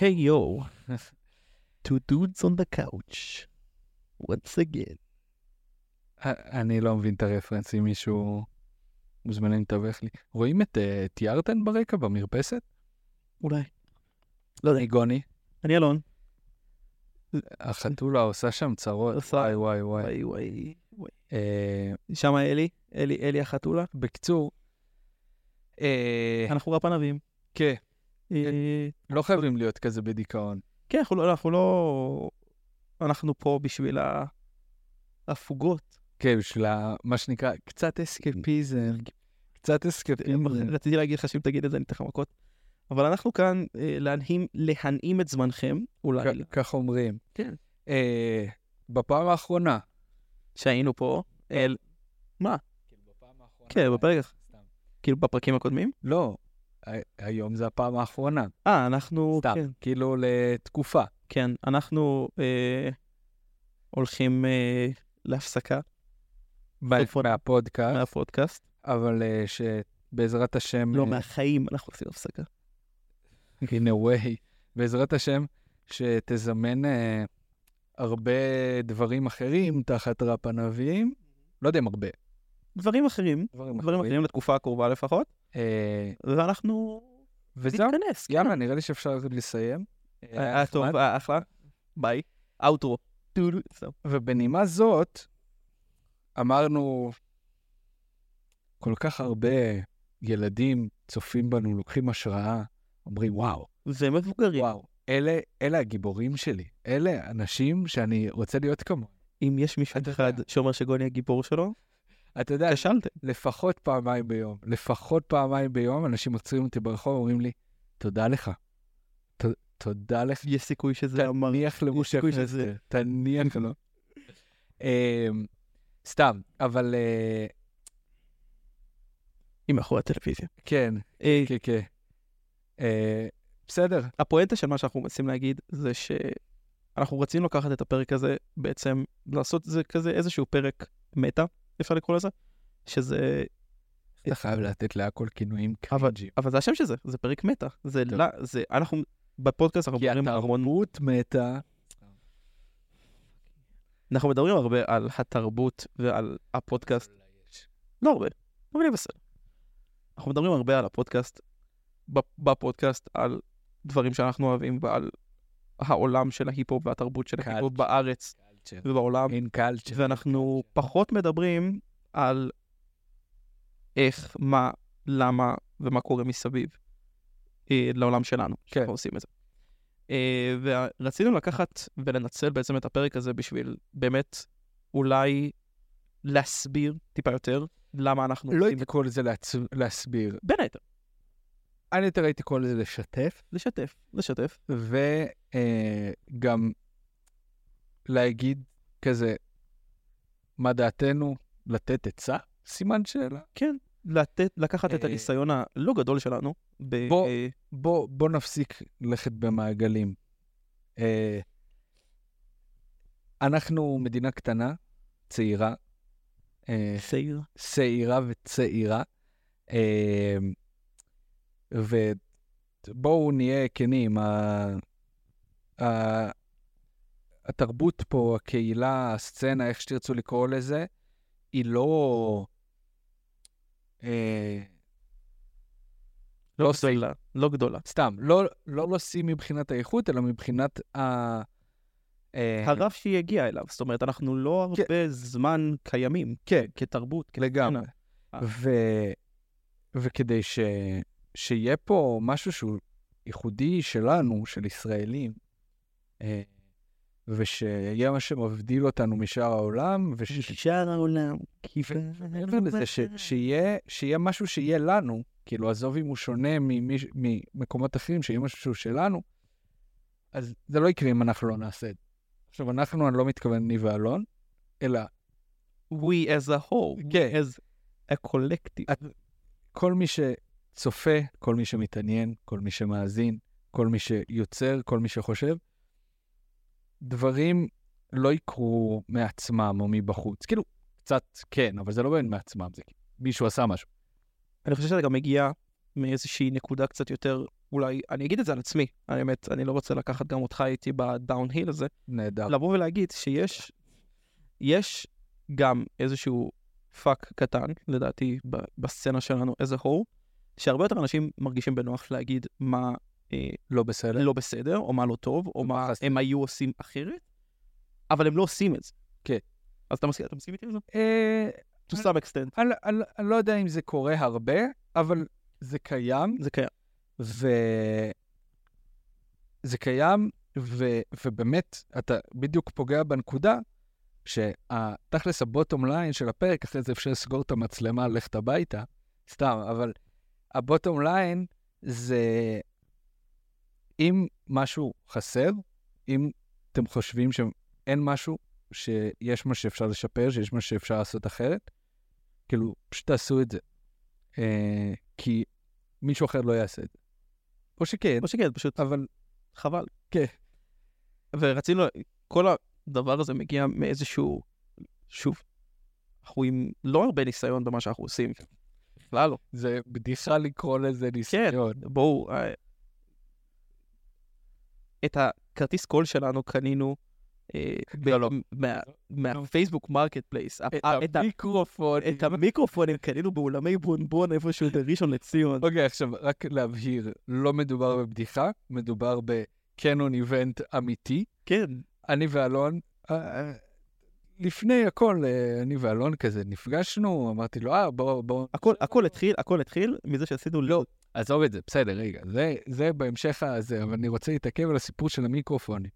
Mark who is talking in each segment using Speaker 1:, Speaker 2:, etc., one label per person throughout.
Speaker 1: היי יואו.
Speaker 2: Two dudes on the couch. once again.
Speaker 1: אני לא מבין את הרפרנס, אם מישהו מוזמנים לתווך לי. רואים את אה, את ירדן ברקע במרפסת?
Speaker 2: אולי. לא יודע.
Speaker 1: ניגוני.
Speaker 2: אני אלון.
Speaker 1: החתולה עושה שם צרות.
Speaker 2: עושה.
Speaker 1: וואי וואי וואי.
Speaker 2: וואי וואי וואי.
Speaker 1: אה,
Speaker 2: שם אלי, אלי, אלי החתולה.
Speaker 1: בקיצור, אה,
Speaker 2: אנחנו רב ענבים.
Speaker 1: כן,
Speaker 2: אה,
Speaker 1: לא חייבים להיות כזה בדיכאון.
Speaker 2: כן, אנחנו לא, אנחנו לא... אנחנו פה בשביל ה- הפוגות.
Speaker 1: כן, בשביל ה- מה שנקרא, קצת אסקפיזם. קצת אסקפיזם.
Speaker 2: רציתי להגיד לך שאם תגיד את זה אני אתן לך מכות. אבל אנחנו כאן אה, להנעים, להנעים את זמנכם, אולי,
Speaker 1: כ- כך אומרים.
Speaker 2: כן.
Speaker 1: אה, בפעם האחרונה.
Speaker 2: שהיינו פה, אל,
Speaker 1: בפעם האחרונה.
Speaker 2: כן, בפרק,
Speaker 1: סתם.
Speaker 2: כאילו בפרקים הקודמים.
Speaker 1: לא, ה- היום זה הפעם האחרונה.
Speaker 2: אה, אנחנו,
Speaker 1: סתם,
Speaker 2: כן,
Speaker 1: כאילו לתקופה.
Speaker 2: כן, אנחנו אה, הולכים אה, להפסקה
Speaker 1: מה- מהפודקאסט,
Speaker 2: מהפודקאסט.
Speaker 1: אבל אה, שבעזרת השם,
Speaker 2: לא,
Speaker 1: אה,
Speaker 2: מהחיים אנחנו עושים הפסקה.
Speaker 1: in a way, בעזרת השם, שתזמן אה, הרבה דברים אחרים תחת רפ ענבים, לא יודע אם הרבה,
Speaker 2: דברים אחרים, דברים אחרים לתקופה הקרובה לפחות,
Speaker 1: אה,
Speaker 2: ואנחנו
Speaker 1: וזהו,
Speaker 2: נתכנס. כן.
Speaker 1: יאללה, נראה לי שאפשר לסיים. אה,
Speaker 2: היה אה, טוב,
Speaker 1: נחמד.
Speaker 2: היה אחלה. ביי. אאוטרו. טודו. זהו.
Speaker 1: ובנימה זאת, אמרנו, כל כך הרבה ילדים צופים בנו, לוקחים השראה, אומרים, וואו,
Speaker 2: ומבוגרים.
Speaker 1: וואו, אלה, אלה הגיבורים שלי, אלה אנשים שאני רוצה להיות כמוהם.
Speaker 2: אם יש מישהו
Speaker 1: אתה
Speaker 2: אחד
Speaker 1: יודע. כן.
Speaker 2: שאומר שגוני הגיבור שלו,
Speaker 1: אתה יודע,
Speaker 2: כשלתם.
Speaker 1: לפחות פעמיים ביום, לפחות פעמיים ביום, אנשים עוצרים אותי ברחוב, אומרים לי, תודה לך. ת, תודה לך.
Speaker 2: יש סיכוי
Speaker 1: כן.
Speaker 2: שזה אמר.
Speaker 1: תניח למשה
Speaker 2: סיכוי שזה-
Speaker 1: פלסטר, תניח לו. אמ, סתם, אבל אה,
Speaker 2: היא מאחורי הטלוויזיה.
Speaker 1: כן,
Speaker 2: אה,
Speaker 1: כן, כן. אה, בסדר,
Speaker 2: הפואנטה של מה שאנחנו מנסים להגיד זה שאנחנו רצינו לקחת את הפרק הזה, בעצם לעשות זה כזה איזשהו פרק מטא, אפשר לקרוא לזה, שזה,
Speaker 1: אתה חייב לתת להכל כינויים קרינג'ים.
Speaker 2: אה, אבל זה השם של זה, זה פרק מטא. זה
Speaker 1: טוב.
Speaker 2: לא, זה, אנחנו, בפודקאסט אנחנו
Speaker 1: כן. כי
Speaker 2: מדברים המון,
Speaker 1: התרבות מתה,
Speaker 2: אנחנו מדברים הרבה על התרבות ועל הפודקאסט, לא הרבה, אבל יהיה בסדר. אנחנו מדברים הרבה על הפודקאסט, בפ- בפודקאסט, על דברים שאנחנו אוהבים ועל העולם של ההיפ-הופ והתרבות של
Speaker 1: קאט.
Speaker 2: ההיפ-הופ בארץ ובעולם.
Speaker 1: אין קלצ'ר.
Speaker 2: ואנחנו פחות מדברים על איך, מה, למה ומה קורה מסביב אה, לעולם שלנו,
Speaker 1: כן.
Speaker 2: שאנחנו עושים את זה. אה, ורצינו לקחת ולנצל בעצם את הפרק הזה בשביל באמת אולי להסביר טיפה יותר למה אנחנו
Speaker 1: לא
Speaker 2: עושים
Speaker 1: הייתי
Speaker 2: את
Speaker 1: קורא לזה לעצ- להסביר,
Speaker 2: זה. בין היתר,
Speaker 1: אני יותר הייתי קורא לזה לשתף,
Speaker 2: לשתף, לשתף.
Speaker 1: וגם להגיד כזה, מה דעתנו, לתת עצה? סימן שאלה.
Speaker 2: כן, לתת, לקחת את
Speaker 1: אה,
Speaker 2: הניסיון הלא גדול שלנו. ב-
Speaker 1: בוא-
Speaker 2: אה,
Speaker 1: בוא, בוא נפסיק ללכת במעגלים. אה, אנחנו מדינה קטנה, צעירה, אה,
Speaker 2: צעיר.
Speaker 1: שעירה וצעירה, אה, ובואו נהיה כנים, ה... ה... התרבות פה, הקהילה, הסצנה, איך שתרצו לקרוא לזה, היא לא... אה,
Speaker 2: לא גדולה, לא גדולה.
Speaker 1: סתם, לא, לא לא שיא מבחינת האיכות, אלא מבחינת ה... אה,
Speaker 2: הרף שהיא הגיעה אליו. זאת אומרת, אנחנו לא
Speaker 1: כן.
Speaker 2: הרבה זמן קיימים
Speaker 1: כן,
Speaker 2: כתרבות. כ-
Speaker 1: לגמרי.
Speaker 2: אה.
Speaker 1: ו... וכדי ש... שיהיה פה משהו שהוא ייחודי שלנו, של ישראלים, אה, ושיהיה מה שמבדיל אותנו משאר העולם, וש...
Speaker 2: שאר העולם
Speaker 1: ו- מעבר לזה, ש... שיהיה, שיהיה משהו שיהיה לנו, כאילו, עזוב אם הוא שונה ממיש... ממקומות אחרים, שיהיה משהו שהוא שלנו, אז זה לא יקרה אם אנחנו לא נעשה את זה. עכשיו, אנחנו, אני לא מתכוון אני ואלון, אלא
Speaker 2: We as a whole,
Speaker 1: כן.
Speaker 2: we as a collective.
Speaker 1: כל מי שצופה, כל מי שמתעניין, כל מי שמאזין, כל מי שיוצר, כל מי שחושב, דברים לא יקרו מעצמם או מבחוץ. כאילו, קצת כן, אבל זה לא באמת מעצמם, זה כאילו מישהו עשה משהו.
Speaker 2: אני חושב שזה גם מגיע מאיזושהי נקודה קצת יותר אולי, אני אגיד את זה על עצמי, האמת, אני לא רוצה לקחת גם אותך איתי בדאון-היל הזה,
Speaker 1: נהדר.
Speaker 2: לבוא ולהגיד שיש יש גם איזשהו פאק קטן, לדעתי, ב- בסצנה שלנו, איזה הור, שהרבה יותר אנשים מרגישים בנוח להגיד מה אה,
Speaker 1: לא בסדר.
Speaker 2: לא בסדר, או מה לא טוב, או מה
Speaker 1: חס-
Speaker 2: הם היו עושים אחרת, אבל הם לא עושים את זה.
Speaker 1: כן.
Speaker 2: אז אתה מסכים אתה מסכים איתי עם זה?
Speaker 1: אה,
Speaker 2: To some extent,
Speaker 1: אני אני- אני לא יודע אם זה קורה הרבה, אבל זה קיים.
Speaker 2: זה קיים.
Speaker 1: ו... זה קיים, ו... ובאמת, אתה בדיוק פוגע בנקודה שהתכלס הבוטום ליין של הפרק, אחרי זה אפשר לסגור את המצלמה, ללכת הביתה, סתם, אבל הבוטום ליין זה אם משהו חסר, אם אתם חושבים שאין משהו, שיש מה שאפשר לשפר, שיש מה שאפשר לעשות אחרת, כאילו, פשוט תעשו את זה. אה, כי מישהו אחר לא יעשה את זה. או שכן,
Speaker 2: או שכן, פשוט
Speaker 1: אבל
Speaker 2: חבל.
Speaker 1: כן.
Speaker 2: ורצינו, כל הדבר הזה מגיע מאיזשהו, שוב, אנחנו עם לא הרבה ניסיון במה שאנחנו עושים. בכלל לא.
Speaker 1: זה בדיחה לקרוא לזה ניסיון.
Speaker 2: בואו, אה, את הכרטיס קול שלנו קנינו אה, ב-
Speaker 1: לא, לא.
Speaker 2: מה- מהפייסבוק מרקט פלייס.
Speaker 1: את המיקרופון.
Speaker 2: את המיקרופונים קנינו באולמי בונבון איפשהו בראשון לציון.
Speaker 1: אוקיי, עכשיו, רק להבהיר, לא מדובר בבדיחה, מדובר בקנון איבנט אמיתי.
Speaker 2: כן,
Speaker 1: אני ואלון, אה, אה, לפני הכל, אה, אני ואלון כזה נפגשנו, אמרתי לו, אה, בואו, בואו,
Speaker 2: הכל- הכל התחיל, הכל התחיל מזה שעשינו לא.
Speaker 1: עזוב את זה, בסדר, רגע, זה, זה בהמשך הזה, אבל אני רוצה להתעכב על הסיפור של המיקרופונים.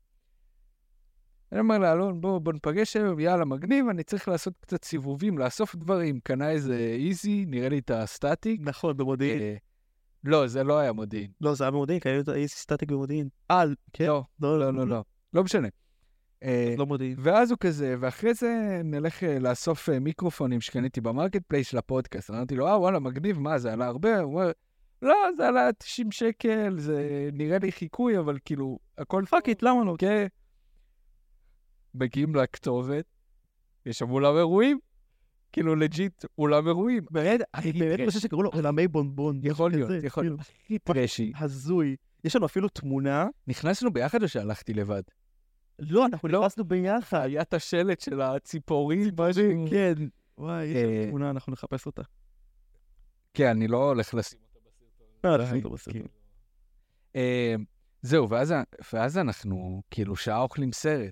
Speaker 1: אני אומר לאלון, בוא, בוא ניפגש היום, יאללה, מגניב, אני צריך לעשות קצת סיבובים, לאסוף דברים. קנה איזה איזי, נראה לי את הסטטיק.
Speaker 2: נכון, במודיעין.
Speaker 1: אה, לא, זה לא היה מודיעין.
Speaker 2: לא, זה היה במודיעין, כי היה סטטיק במודיעין.
Speaker 1: אה, כן? לא, לא, לא, לא. לא משנה. אה,
Speaker 2: לא מודיעין.
Speaker 1: ואז הוא כזה, ואחרי זה נלך אה, לאסוף אה, מיקרופונים שקניתי במרקט פלייס של הפודקאסט. אמרתי לו, אה, וואלה, מגניב, מה, זה עלה הרבה? הוא אומר, לא, זה עלה 90 שקל, זה נראה לי חיקוי, אבל כאילו, הכל
Speaker 2: פאק איט, למה לא?
Speaker 1: כן. מגיעים לכתובת, יש שם אולם אירועים, כאילו, לג'יט, אולם אירועים.
Speaker 2: באמת, אני באמת
Speaker 1: טרש.
Speaker 2: חושב שקראו לו עולמי בונבון.
Speaker 1: כן. יכול להיות,
Speaker 2: זה,
Speaker 1: יכול להיות. הכי טרשי.
Speaker 2: הזוי. יש לנו אפילו תמונה.
Speaker 1: נכנסנו ביחד או שהלכתי לבד?
Speaker 2: לא, אנחנו נכנסנו ביחד.
Speaker 1: היה את השלט של הציפורים, משהו.
Speaker 2: כן. וואי, יש לנו
Speaker 1: אה,
Speaker 2: תמונה, אנחנו נחפש אותה.
Speaker 1: כן, אני לא הולך לשים אותה בסרטון.
Speaker 2: לא, נשים אותה בסרטון.
Speaker 1: כאילו. אה, זהו, ואז, ה- ואז אנחנו כאילו שעה אוכלים סרט.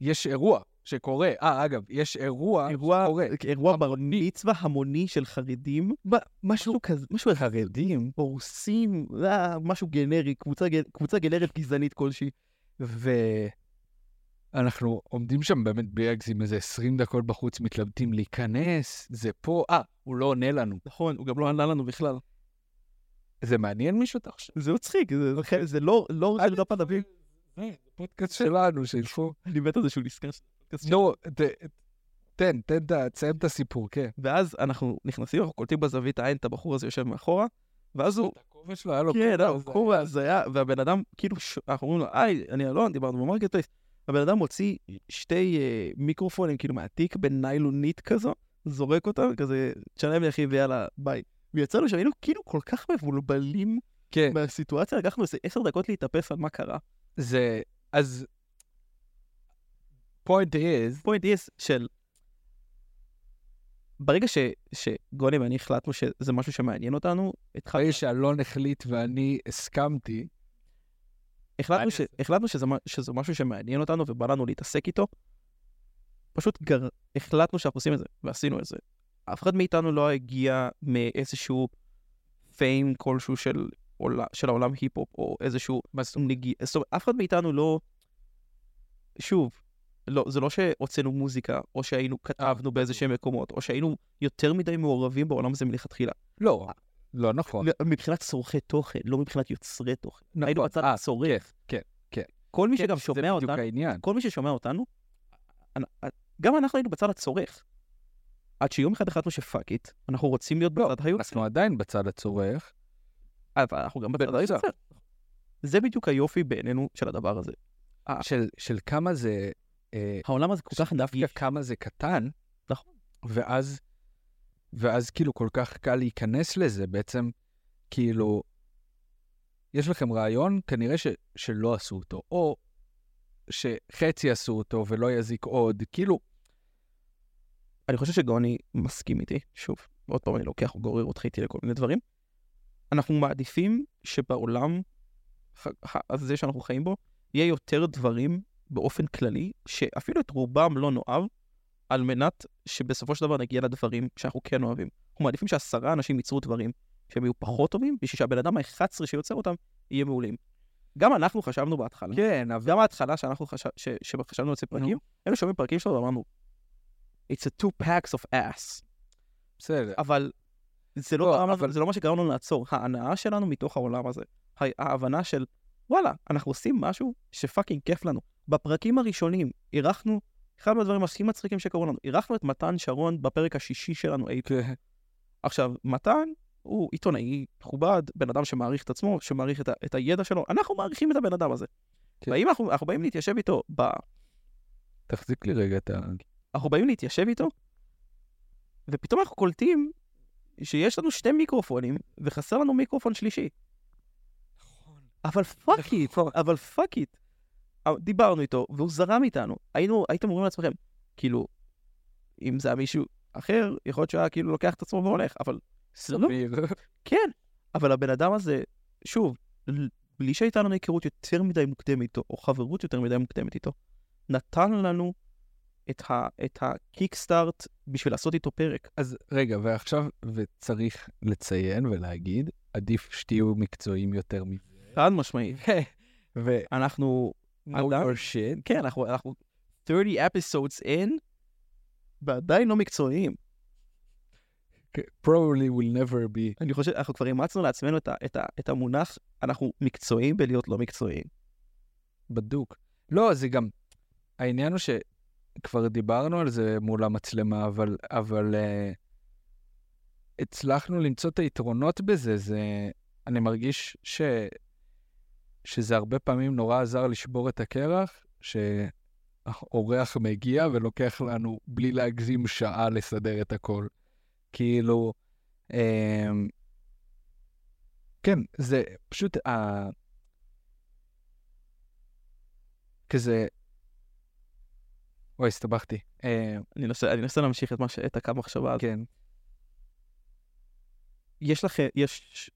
Speaker 1: יש אירוע שקורה. אה, אגב, יש אירוע
Speaker 2: אירוע-
Speaker 1: שקורה.
Speaker 2: אירוע בר מצווה המוני של חרדים. משהו כזה, משהו
Speaker 1: חרדים.
Speaker 2: הורסים, אה, משהו גנרי, קבוצה גנ- קבוצה גנרית גזענית כלשהי. כן.
Speaker 1: ואנחנו עומדים שם באמת בלי להגזים איזה 20 דקות בחוץ, מתלבטים להיכנס, זה פה. אה, הוא לא עונה לנו.
Speaker 2: נכון, הוא גם לא ענה לנו בכלל.
Speaker 1: זה מעניין מישהו, אתה חושב?
Speaker 2: זה מצחיק, זה- זה לא לא של רפ הנביא.
Speaker 1: אוקיי. אה, זה פודקאסט שלנו, שילכו.
Speaker 2: אני מת על זה שהוא נזכר. שזה פודקאסט שלנו.
Speaker 1: נו, ת- תן, תן, את ה- תסיים את הסיפור, כן.
Speaker 2: ואז אנחנו נכנסים, אנחנו קולטים בזווית העין את הבחור הזה יושב מאחורה, ואז הוא,
Speaker 1: את הכובע שלו, היה לו
Speaker 2: כן,
Speaker 1: כובע,
Speaker 2: אה,
Speaker 1: לא, זה-
Speaker 2: בחור הזיה, והבן אדם, כאילו, ש- אנחנו אומרים לו, היי, אני אלון, דיברנו במרקט פלייס. הבן אדם מוציא שתי אה, מיקרופונים, כאילו, מהתיק בניילונית כזו, זורק אותם, כזה, תשלם לי אחי ויאללה, ביי. ויצאנו שהיינו כאילו כל כך מבולבלים
Speaker 1: כן,
Speaker 2: מהסיטואציה, לקחנו איזה עשר דקות להתאפס על מה קרה.
Speaker 1: זה... אז... point is,
Speaker 2: פוינט איס של... ברגע ש, שגוני ואני החלטנו שזה משהו שמעניין אותנו, התחלנו...
Speaker 1: אחרי שאלון החליט ואני הסכמתי,
Speaker 2: החלטנו,
Speaker 1: אני
Speaker 2: ש...
Speaker 1: עושה?
Speaker 2: החלטנו שזה, מה- שזה משהו שמעניין אותנו ובא לנו להתעסק איתו. פשוט גר... החלטנו שאנחנו עושים את זה, ועשינו את זה. אף אחד מאיתנו לא הגיע מאיזשהו פיים כלשהו של, עול... של העולם היפ-הופ, או איזשהו
Speaker 1: מה זאת אומרת?
Speaker 2: נגיע... זאת אומרת, אף אחד מאיתנו לא... שוב, לא, זה לא שהוצאנו מוזיקה, או
Speaker 1: אה,
Speaker 2: שהיינו כתבנו באיזה שהם מקומות, או שהיינו יותר מדי מעורבים בעולם הזה מלכתחילה.
Speaker 1: לא, לא נכון.
Speaker 2: מבחינת צורכי תוכן, לא מבחינת יוצרי תוכן. היינו
Speaker 1: נכון.
Speaker 2: בצד
Speaker 1: אה,
Speaker 2: הצורך.
Speaker 1: כן, כן.
Speaker 2: כל מי
Speaker 1: כן,
Speaker 2: שגם
Speaker 1: זה
Speaker 2: שומע
Speaker 1: בדיוק
Speaker 2: אותנו,
Speaker 1: העניין.
Speaker 2: כל מי ששומע אותנו, אנ- גם אנחנו היינו בצד הצורך. עד שיום אחד החלטנו שפאק איט, אנחנו רוצים להיות
Speaker 1: לא,
Speaker 2: בצד היוצר.
Speaker 1: אנחנו עדיין בצד הצורך.
Speaker 2: אבל אנחנו גם בצד
Speaker 1: בנוסף.
Speaker 2: היוצר. זה בדיוק היופי בעינינו של הדבר הזה.
Speaker 1: של- של כמה זה... אה,
Speaker 2: העולם הזה כל כך נפגע.
Speaker 1: דווקא כמה זה קטן,
Speaker 2: נכון.
Speaker 1: ואז, ואז כאילו כל כך קל להיכנס לזה, בעצם, כאילו, יש לכם רעיון, כנראה ש, שלא עשו אותו, או שחצי עשו אותו ולא יזיק עוד, כאילו,
Speaker 2: אני חושב שגוני מסכים איתי, שוב, עוד פעם אני לוקח וגורר אותך איתי לכל מיני דברים. אנחנו מעדיפים שבעולם ה- ה- הזה שאנחנו חיים בו, יהיה יותר דברים באופן כללי, שאפילו את רובם לא נאהב, על מנת שבסופו של דבר נגיע לדברים שאנחנו כן אוהבים. אנחנו מעדיפים שעשרה אנשים ייצרו דברים שהם יהיו פחות טובים, בשביל שהבן אדם ה-11 שיוצר אותם יהיה מעולים. גם אנחנו חשבנו בהתחלה,
Speaker 1: כן, אבל...
Speaker 2: גם ההתחלה שאנחנו חשב, ש, שחשבנו לצאת פרקים, אלו שומעים פרקים שלנו ואמרנו, It's a two packs of ass.
Speaker 1: בסדר. אה,
Speaker 2: אבל זה לא,
Speaker 1: לא,
Speaker 2: גרם,
Speaker 1: אבל-
Speaker 2: אבל... זה לא מה שגרם לנו לעצור. ההנאה שלנו מתוך העולם הזה, ה- ההבנה של, וואלה, אנחנו עושים משהו שפאקינג כיף לנו. בפרקים הראשונים אירחנו, אחד מהדברים הכי מצחיקים שקרו לנו, אירחנו את מתן שרון בפרק השישי שלנו אי
Speaker 1: כן.
Speaker 2: עכשיו, מתן הוא עיתונאי מכובד, בן אדם שמעריך את עצמו, שמעריך את, ה- את הידע שלו, אנחנו מעריכים את הבן אדם הזה.
Speaker 1: כן.
Speaker 2: כן. ואם אנחנו, אנחנו באים להתיישב איתו, ב,
Speaker 1: תחזיק לי רגע את ה...
Speaker 2: אנחנו באים להתיישב איתו, ופתאום אנחנו קולטים שיש לנו שני מיקרופונים, וחסר לנו מיקרופון שלישי. אבל פאק
Speaker 1: נכון.
Speaker 2: איט, אבל פאק איט. דיברנו איתו, והוא זרם איתנו. היינו, הייתם אומרים לעצמכם, כאילו, אם זה היה מישהו אחר, יכול להיות שהוא היה כאילו לוקח את עצמו והולך, אבל... לא,
Speaker 1: סביר.
Speaker 2: כן, אבל הבן אדם הזה, שוב, ל- בלי שהייתה לנו היכרות יותר מדי מוקדמת איתו, או חברות יותר מדי מוקדמת איתו, נתן לנו את, ה, את הקיקסטארט בשביל לעשות איתו פרק.
Speaker 1: אז רגע, ועכשיו, וצריך לציין ולהגיד, עדיף שתהיו מקצועיים יותר מזה.
Speaker 2: חד משמעית. אה,
Speaker 1: ו...
Speaker 2: אנחנו,
Speaker 1: know
Speaker 2: אדם?
Speaker 1: your shit.
Speaker 2: כן, אנחנו, אנחנו 30 episodes in, ועדיין לא מקצועיים.
Speaker 1: Probably will never be.
Speaker 2: אני חושב, אנחנו כבר אימצנו לעצמנו את, ה, את, ה, את המונח, אנחנו מקצועיים בלהיות לא מקצועיים.
Speaker 1: בדוק. לא, זה גם... העניין הוא שכבר דיברנו על זה מול המצלמה, אבל... אבל אה, הצלחנו למצוא את היתרונות בזה. זה... אני מרגיש ש... שזה הרבה פעמים נורא עזר לשבור את הקרח, שאורח מגיע ולוקח לנו, בלי להגזים, שעה לסדר את הכל. כאילו... אה... כן, זה פשוט... ה... כזה... אוי, הסתבכתי. אה,
Speaker 2: אני אנסה, אני אנסה להמשיך את, מה ש, את הקו המחשבה הזאת.
Speaker 1: כן.
Speaker 2: יש לכם, יש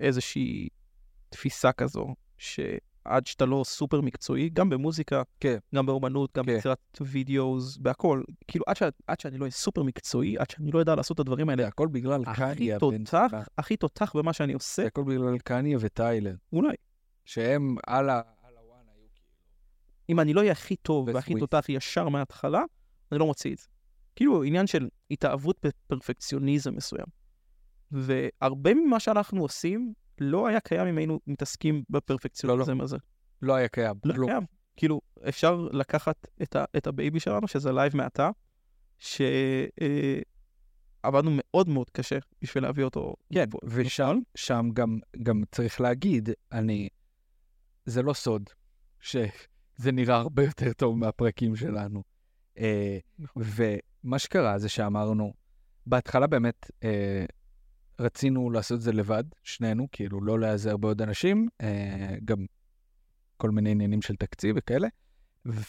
Speaker 2: איזושהי תפיסה כזו, שעד שאתה לא סופר מקצועי, גם במוזיקה,
Speaker 1: כן.
Speaker 2: גם באומנות, גם
Speaker 1: כן.
Speaker 2: ביצירת וידאוס, בהכל, כאילו עד, ש, עד שאני לא אהיה סופר מקצועי, עד שאני לא אדע לעשות את הדברים
Speaker 1: זה
Speaker 2: האלה,
Speaker 1: הכל בגלל
Speaker 2: הכי
Speaker 1: קניה. בן-
Speaker 2: תותח, הכי תותח במה שאני
Speaker 1: זה
Speaker 2: עושה,
Speaker 1: הכל בגלל קניה וטיילר,
Speaker 2: אולי.
Speaker 1: שהם על ה... על הוואן היו כאילו.
Speaker 2: אם אני לא אהיה הכי טוב והכי
Speaker 1: וסוויס.
Speaker 2: תותח ישר מההתחלה, אני לא מוציא את זה. כאילו, עניין של התאהבות בפרפקציוניזם מסוים. והרבה ממה שאנחנו עושים, לא היה קיים אם היינו מתעסקים בפרפקציוניזם הזה.
Speaker 1: לא היה קיים.
Speaker 2: לא
Speaker 1: כלום.
Speaker 2: קיים. כאילו, אפשר לקחת את, ה, את הבייבי שלנו, שזה לייב מעתה, שעבדנו מאוד מאוד קשה בשביל להביא אותו.
Speaker 1: כן,
Speaker 2: לפה.
Speaker 1: ושם שם גם, גם צריך להגיד, אני... זה לא סוד שזה נראה הרבה יותר טוב מהפרקים שלנו. אה,
Speaker 2: נכון.
Speaker 1: ומה שקרה זה שאמרנו, בהתחלה באמת אה, רצינו לעשות את זה לבד, שנינו, כאילו לא להיעזר בעוד אנשים, אה, גם כל מיני עניינים של תקציב וכאלה, ו...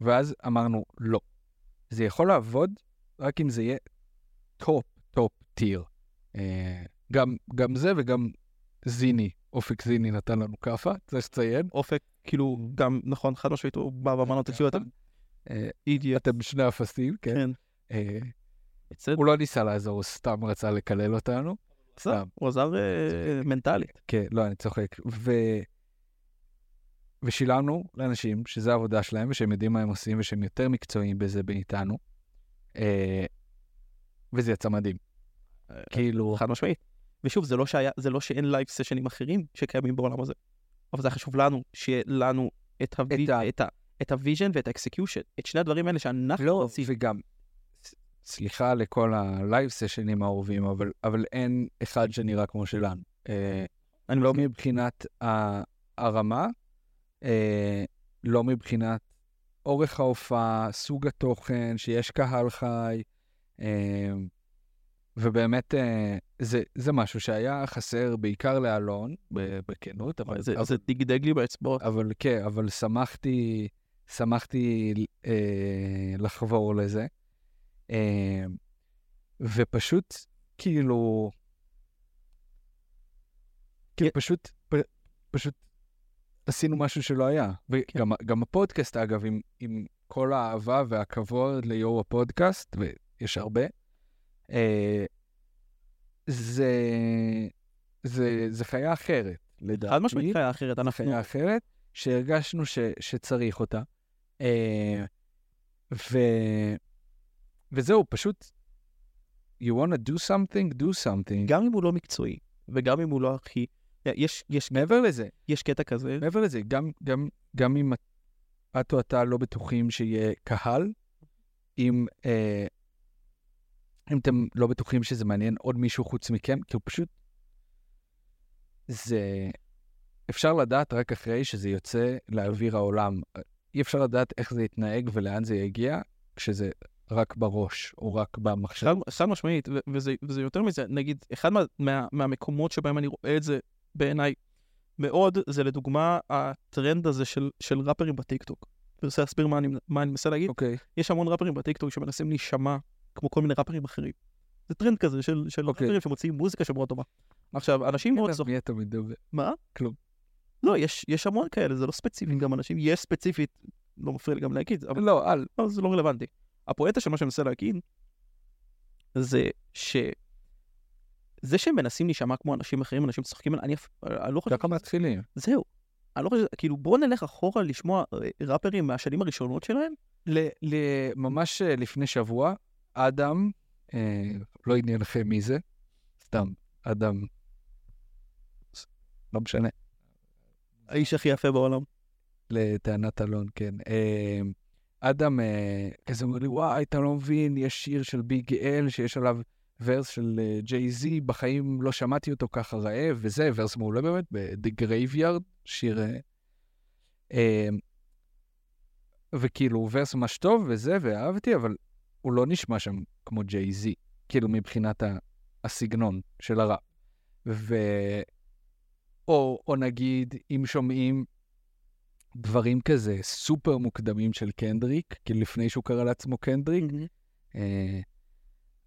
Speaker 1: ואז אמרנו, לא. זה יכול לעבוד רק אם זה יהיה טופ, טופ טיר. אה, גם, גם זה וגם זיני, אופק זיני נתן לנו כאפה, צריך לציין.
Speaker 2: אופק,
Speaker 1: Mm.
Speaker 2: כאילו, גם, נכון, חד משמעית, הוא בא ואמר לנו, תקשיבו, אתם
Speaker 1: אה,
Speaker 2: אידיוט.
Speaker 1: אתם שני אפסים, כן.
Speaker 2: כן.
Speaker 1: אה,
Speaker 2: בסדר,
Speaker 1: הוא לא ניסה לעזור, הוא סתם רצה לקלל אותנו.
Speaker 2: בסדר,
Speaker 1: סתם.
Speaker 2: הוא עזר אה, מנטלית.
Speaker 1: כן, לא, אני צוחק. ו... ושילמנו לאנשים שזו העבודה שלהם ושהם יודעים מה הם עושים ושהם יותר מקצועיים בזה מאיתנו. אה... וזה יצא מדהים. כאילו,
Speaker 2: חד משמעית. ושוב, זה לא, שהיה, זה לא שאין לייב סשנים אחרים שקיימים בעולם הזה, אבל זה היה חשוב לנו, שיהיה לנו את, הוו...
Speaker 1: את
Speaker 2: את,
Speaker 1: ה-
Speaker 2: ה... את, ה... את הוויז'ן ואת האקסקיושן, את שני הדברים האלה שאנחנו
Speaker 1: לא,
Speaker 2: רוצים.
Speaker 1: וגם, ס- סליחה לכל הלייב סשנים האהובים, אבל, אבל אין אחד שנראה כמו שלנו. אה...
Speaker 2: אני
Speaker 1: לא מבחינת ה- הרמה, אה, לא מבחינת אורך ההופעה, סוג התוכן, שיש קהל חי, אה, ובאמת, אה, זה, זה משהו שהיה חסר בעיקר לאלון, ב- בכנות, אבל,
Speaker 2: וואי, זה-
Speaker 1: אבל,
Speaker 2: זה דגדג לי באצבעות.
Speaker 1: אבל כן, אבל שמחתי, שמחתי אה, לחבור לזה. אה, ופשוט, כאילו, כאילו פשוט, פ, פשוט עשינו משהו שלא היה.
Speaker 2: כן.
Speaker 1: וגם גם הפודקאסט, אגב, עם, עם כל האהבה והכבוד ליו"ר הפודקאסט, ויש הרבה, אה, זה, זה, זה חיה אחרת, לדעתי.
Speaker 2: חד משמעית חיה אחרת, אנחנו...
Speaker 1: חיה אחרת, שהרגשנו ש, שצריך אותה. אה, ו, וזהו, פשוט, you want to do something, do something.
Speaker 2: גם אם הוא לא מקצועי, וגם אם הוא לא הכי... יש- יש-
Speaker 1: מעבר לזה,
Speaker 2: יש קטע כזה,
Speaker 1: מעבר לזה, גם, גם, גם אם את- את או אתה לא בטוחים שיהיה קהל, אם, אה, אם אתם לא בטוחים שזה מעניין עוד מישהו חוץ מכם, כי הוא פשוט... זה... אפשר לדעת רק אחרי שזה יוצא לאוויר העולם. אי אפשר לדעת איך זה יתנהג ולאן זה יגיע, כשזה רק בראש או רק במחשב.
Speaker 2: חד, חד משמעית, ו- וזה, וזה יותר מזה, נגיד, אחד מה, מה, מהמקומות שבהם אני רואה את זה בעיניי מאוד, זה לדוגמה הטרנד הזה של, של ראפרים בטיקטוק. אני רוצה להסביר מה אני, מה אני מנסה להגיד.
Speaker 1: אוקיי,
Speaker 2: יש המון ראפרים בטיקטוק שמנסים להישמע כמו כל מיני ראפרים אחרים. זה טרנד כזה של, של
Speaker 1: אוקיי.
Speaker 2: ראפרים שמוציאים מוזיקה שמאוד טובה. עכשיו, אנשים מאוד
Speaker 1: כן, אז
Speaker 2: זוכרים...
Speaker 1: מי אתה מדבר?
Speaker 2: מה?
Speaker 1: כלום.
Speaker 2: לא, יש, יש המון כאלה, זה לא ספציפי, גם אנשים, יש ספציפית, לא מפריע לי גם להגיד, אבל
Speaker 1: לא, אל.
Speaker 2: לא, זה לא רלוונטי. הפואנטה של מה שאני מנסה להגיד, זה ש... זה שהם מנסים להישמע כמו אנשים אחרים, אנשים צוחקים, אני, אפ- אני לא חושב...
Speaker 1: ככה מתחילים.
Speaker 2: זהו. אני לא חושב... כאילו, בואו נלך אחורה לשמוע אה, ראפרים מהשנים הראשונות שלהם.
Speaker 1: ל, ל, ממש אה, לפני שבוע, אדם, אה, לא עניין לכם מי זה, סתם, אדם, ס- לא משנה,
Speaker 2: האיש הכי יפה בעולם.
Speaker 1: לטענת אלון, כן. אה, אדם אה, כזה אומר לי, וואי, אתה לא מבין, יש שיר של ביג אל שיש עליו ורס של ג'יי זי, בחיים לא שמעתי אותו ככה רעב, וזה ורס מעולה באמת, ב-The Graveyard, שיר... אה, אה, וכאילו, הוא ורס ממש טוב וזה, ואהבתי, אבל הוא לא נשמע שם כמו ג'יי זי, כאילו מבחינת ה- הסגנון של הראפ. ו... או, או נגיד, אם שומעים דברים כזה סופר מוקדמים של קנדריק, כאילו לפני שהוא קרא לעצמו קנדריק, אה,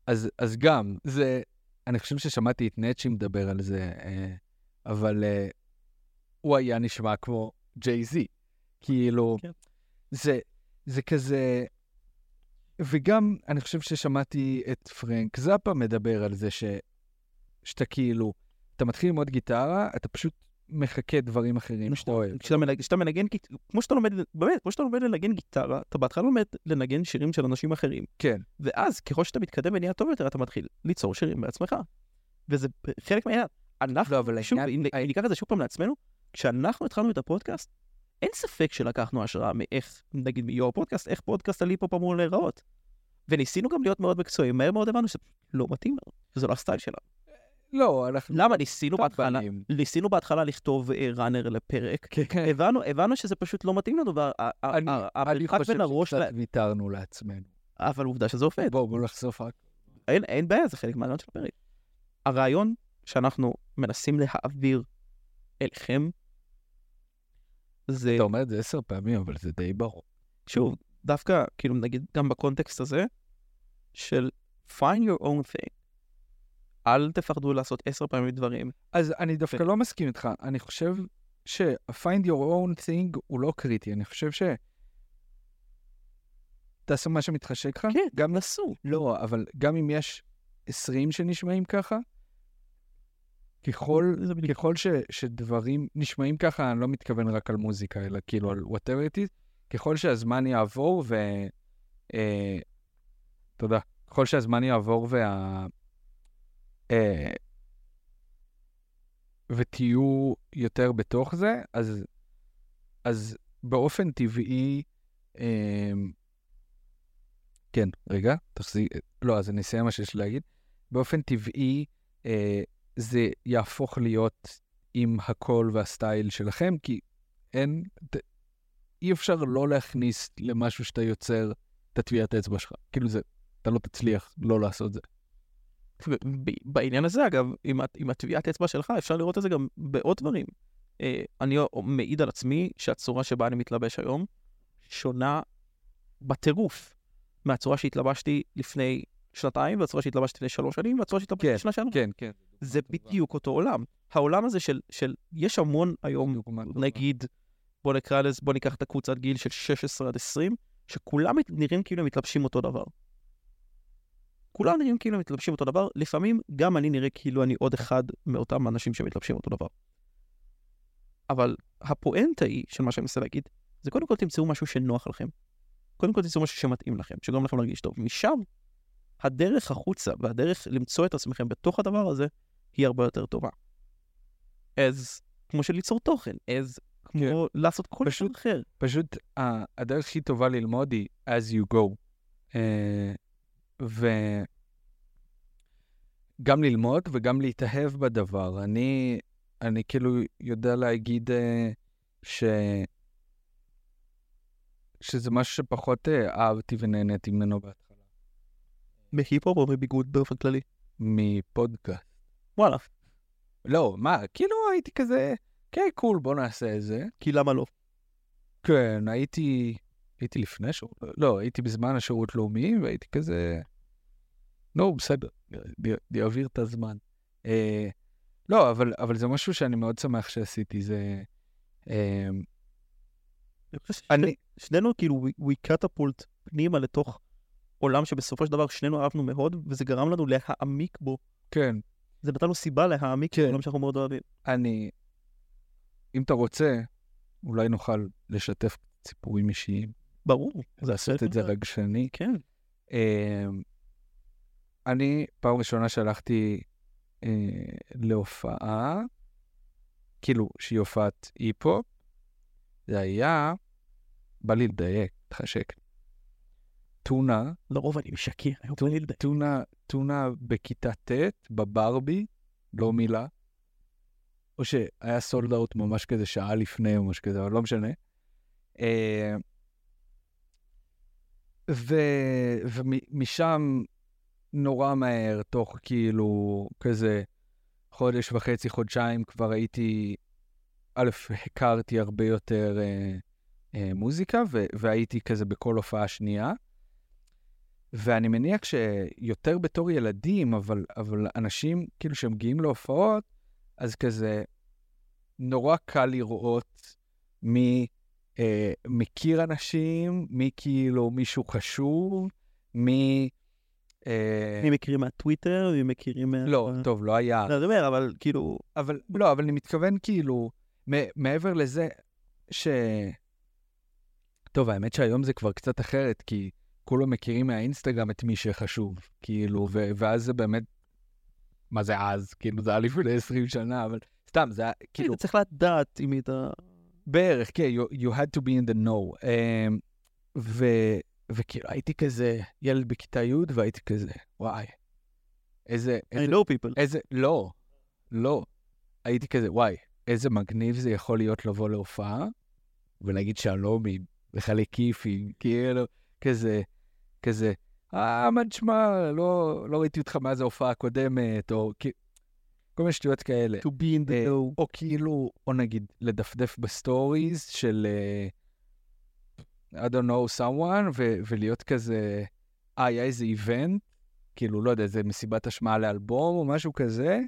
Speaker 1: אז, אז גם, זה, אני חושב ששמעתי את נצ'י מדבר על זה, אה, אבל אה, הוא היה נשמע כמו ג'יי-זי. כאילו,
Speaker 2: כן.
Speaker 1: זה, זה כזה... וגם, אני חושב ששמעתי את פרנק זאפה מדבר על זה ש, שאתה כאילו, אתה מתחיל ללמוד גיטרה, אתה פשוט מחכה דברים אחרים שאתה אוהב.
Speaker 2: כשאתה מנג- כשאתה מנגן, גיט- כמו שאתה לומד, באמת, כמו שאתה לומד לנגן גיטרה, אתה בהתחלה לומד לנגן שירים של אנשים אחרים.
Speaker 1: כן.
Speaker 2: ואז, ככל שאתה מתקדם ונהיה טוב יותר, אתה מתחיל ליצור שירים בעצמך. וזה חלק מהעניין. אנחנו,
Speaker 1: לא, אבל
Speaker 2: שוב,
Speaker 1: העניין-
Speaker 2: אם אם ניקח את זה שוב פעם לעצמנו, כשאנחנו התחלנו את הפודקאסט, אין ספק שלקחנו השראה מאיך, נגיד מיו"ר פודקאסט, איך פודקאסט על היפ-הופ אמור להיראות. וניסינו גם להיות מאוד מקצועיים, מהר מאוד הבנו שזה לא מתאים לנו, זה לא הסטייל שלנו.
Speaker 1: לא, אנחנו...
Speaker 2: למה? ניסינו בהתחלה,
Speaker 1: טמבלים.
Speaker 2: ניסינו בהתחלה לכתוב אה, ראנר לפרק,
Speaker 1: כן.
Speaker 2: הבנו, הבנו שזה פשוט לא מתאים לנו,
Speaker 1: אני- אני
Speaker 2: והמרחק
Speaker 1: חושב
Speaker 2: בין הראש,
Speaker 1: שקצת כן.
Speaker 2: ל-
Speaker 1: ויתרנו לעצמנו.
Speaker 2: אבל עובדה שזה עובד.
Speaker 1: בואו, בואו נחשוף רק.
Speaker 2: אין, אין בעיה, זה חלק מהרעיון של הפרק. הרעיון שאנחנו מנסים להעביר אליכם, זה,
Speaker 1: אתה אומר את זה עשר פעמים, אבל זה די ברור.
Speaker 2: שוב, דווקא, כאילו, נגיד, גם בקונטקסט הזה, של find your own thing. אל תפחדו לעשות עשר פעמים דברים.
Speaker 1: אז אני דווקא
Speaker 2: כן.
Speaker 1: לא מסכים איתך. אני חושב ש-find your own thing הוא לא קריטי. אני חושב ש... תעשה מה שמתחשק לך.
Speaker 2: כן, גם נסו.
Speaker 1: לא, אבל גם אם יש 20 שנשמעים ככה, ככל,
Speaker 2: זה בדיוק.
Speaker 1: ככל ש, שדברים נשמעים ככה, אני לא מתכוון רק על מוזיקה, אלא כאילו על whatever it is, ככל שהזמן יעבור ו... אה, תודה. ככל שהזמן יעבור וה... אה, ותהיו יותר בתוך זה, אז, אז באופן טבעי... אה, כן, רגע, תחזיק... לא, אז אני אסיים מה שיש לי להגיד. באופן טבעי, אה, זה יהפוך להיות עם הקול והסטייל שלכם, כי אין... ת, אי אפשר לא להכניס למשהו שאתה יוצר את הטביעת האצבע שלך. כאילו זה, אתה לא תצליח לא לעשות זה.
Speaker 2: ב- בעניין הזה, אגב, עם, ה- עם הטביעת אצבע שלך, אפשר לראות את זה גם בעוד דברים. אה, אני מעיד על עצמי שהצורה שבה אני מתלבש היום שונה בטירוף מהצורה שהתלבשתי לפני שנתיים, והצורה שהתלבשתי לפני שלוש שנים, והצורה שהתלבשתי
Speaker 1: כן,
Speaker 2: לפני שנה שעברה.
Speaker 1: כן, כן.
Speaker 2: זה בדיוק אותו עולם. העולם הזה של, של יש המון היום
Speaker 1: כן, דוגמה טובה.
Speaker 2: נגיד, בוא נקרא לזה, בוא ניקח את הקבוצת גיל של 16 עד 20, שכולם מת- נראים כאילו הם מתלבשים אותו דבר. כולם נראים כאילו הם מתלבשים אותו דבר, לפעמים גם אני נראה כאילו אני עוד אחד מאותם אנשים שמתלבשים אותו דבר. אבל הפואנטה היא, של מה שאני מנסה להגיד, זה קודם כל תמצאו משהו שנוח לכם. קודם כל תמצאו משהו שמתאים לכם, שגורם לכם להרגיש טוב. משם, הדרך החוצה והדרך למצוא את עצמכם בתוך הדבר הזה, היא הרבה יותר טובה. אז כמו של ליצור תוכן, אז כמו לעשות כל דבר
Speaker 1: פשוט-
Speaker 2: אחר.
Speaker 1: פשוט ה- הדרך הכי טובה ללמוד היא as you go. אה, וגם ללמוד וגם להתאהב בדבר. אני, אני כאילו יודע להגיד אה, ש... שזה משהו שפחות אה, אהבתי ונהניתי ממנו בהתחלה.
Speaker 2: מהיפ-הופ או מביגוד באופן כללי?
Speaker 1: מפודקאסט.
Speaker 2: וואלה,
Speaker 1: לא, מה, כאילו הייתי כזה, כן, קול, בוא נעשה את זה.
Speaker 2: כי למה לא?
Speaker 1: כן, הייתי, הייתי לפני שירות, לא, הייתי בזמן השירות לאומי, והייתי כזה, נו, בסדר, ד- ד- יעביר את הזמן. אה, לא, אבל, אבל זה משהו שאני מאוד שמח שעשיתי, זה... אה,
Speaker 2: אני חושב ששני-
Speaker 1: אני,
Speaker 2: שנינו כאילו, we- we catapult פנימה לתוך עולם שבסופו של דבר שנינו אהבנו מאוד, וזה גרם לנו להעמיק בו.
Speaker 1: כן,
Speaker 2: זה נתן לנו סיבה להעמיק
Speaker 1: כן.
Speaker 2: בעולם שאנחנו מאוד אוהבים.
Speaker 1: אני, אם אתה רוצה, אולי נוכל לשתף סיפורים אישיים,
Speaker 2: ברור.
Speaker 1: לעשות את זה
Speaker 2: בסדר.
Speaker 1: רגשני.
Speaker 2: כן.
Speaker 1: אמ, אני פעם ראשונה שהלכתי אה, להופעה, כאילו שהיא הופעת היפ-הופ, זה היה, בא לי לדייק, תחשק. טונה,
Speaker 2: לרוב אני משקר, היום בא לי לדעת.
Speaker 1: טונה, טונה בכיתה ט', בברבי, לא מילה. או שהיה סולד אאוט ממש כזה שעה לפני או משהו כזה, אבל לא משנה. אה, ו... ומשם נורא מהר, תוך כאילו כזה חודש וחצי, חודשיים, כבר הייתי, א', הכרתי הרבה יותר אה, אה, מוזיקה, ו... והייתי כזה בכל הופעה שנייה. ואני מניח שיותר בתור ילדים, אבל, אבל אנשים כאילו שמגיעים להופעות, אז כזה נורא קל לראות מי אה, מכיר אנשים, מי כאילו מישהו חשוב, מי... אה,
Speaker 2: מי מכירים מהטוויטר, מי מכירים מה...
Speaker 1: לא, טוב, לא היה.
Speaker 2: לא, אני אומר, אבל כאילו,
Speaker 1: אבל לא, אבל אני מתכוון כאילו, מ- מעבר לזה ש... טוב, האמת שהיום זה כבר קצת אחרת, כי כולם מכירים מהאינסטגרם את מי שחשוב, כאילו, ו- ואז זה באמת... מה זה אז? כאילו, זה היה לפני 20 שנה, אבל סתם, זה היה, כאילו,
Speaker 2: אתה צריך לדעת אם אתה...
Speaker 1: בערך, כן, you, you had to be in the know. Um, ו, וכאילו, הייתי כזה ילד בכיתה י' והייתי כזה, וואי, איזה,
Speaker 2: I
Speaker 1: איזה
Speaker 2: know people.
Speaker 1: איזה, לא, לא. הייתי כזה, וואי, איזה מגניב זה יכול להיות לבוא להופעה, ולהגיד שלומים, וחלק כיפים, כאילו, כזה, כזה, אה, מה תשמע, לא, לא ראיתי אותך מאז ההופעה הקודמת, או כאילו, כל מיני שטויות כאלה.
Speaker 2: To be in
Speaker 1: אה,
Speaker 2: the know.
Speaker 1: או כאילו, או נגיד, לדפדף בסטוריז של, אה, I don't know someone, ו- ולהיות כזה, אה, היה איזה איבנט, כאילו, לא יודע, איזה מסיבת השמעה לאלבום או משהו כזה,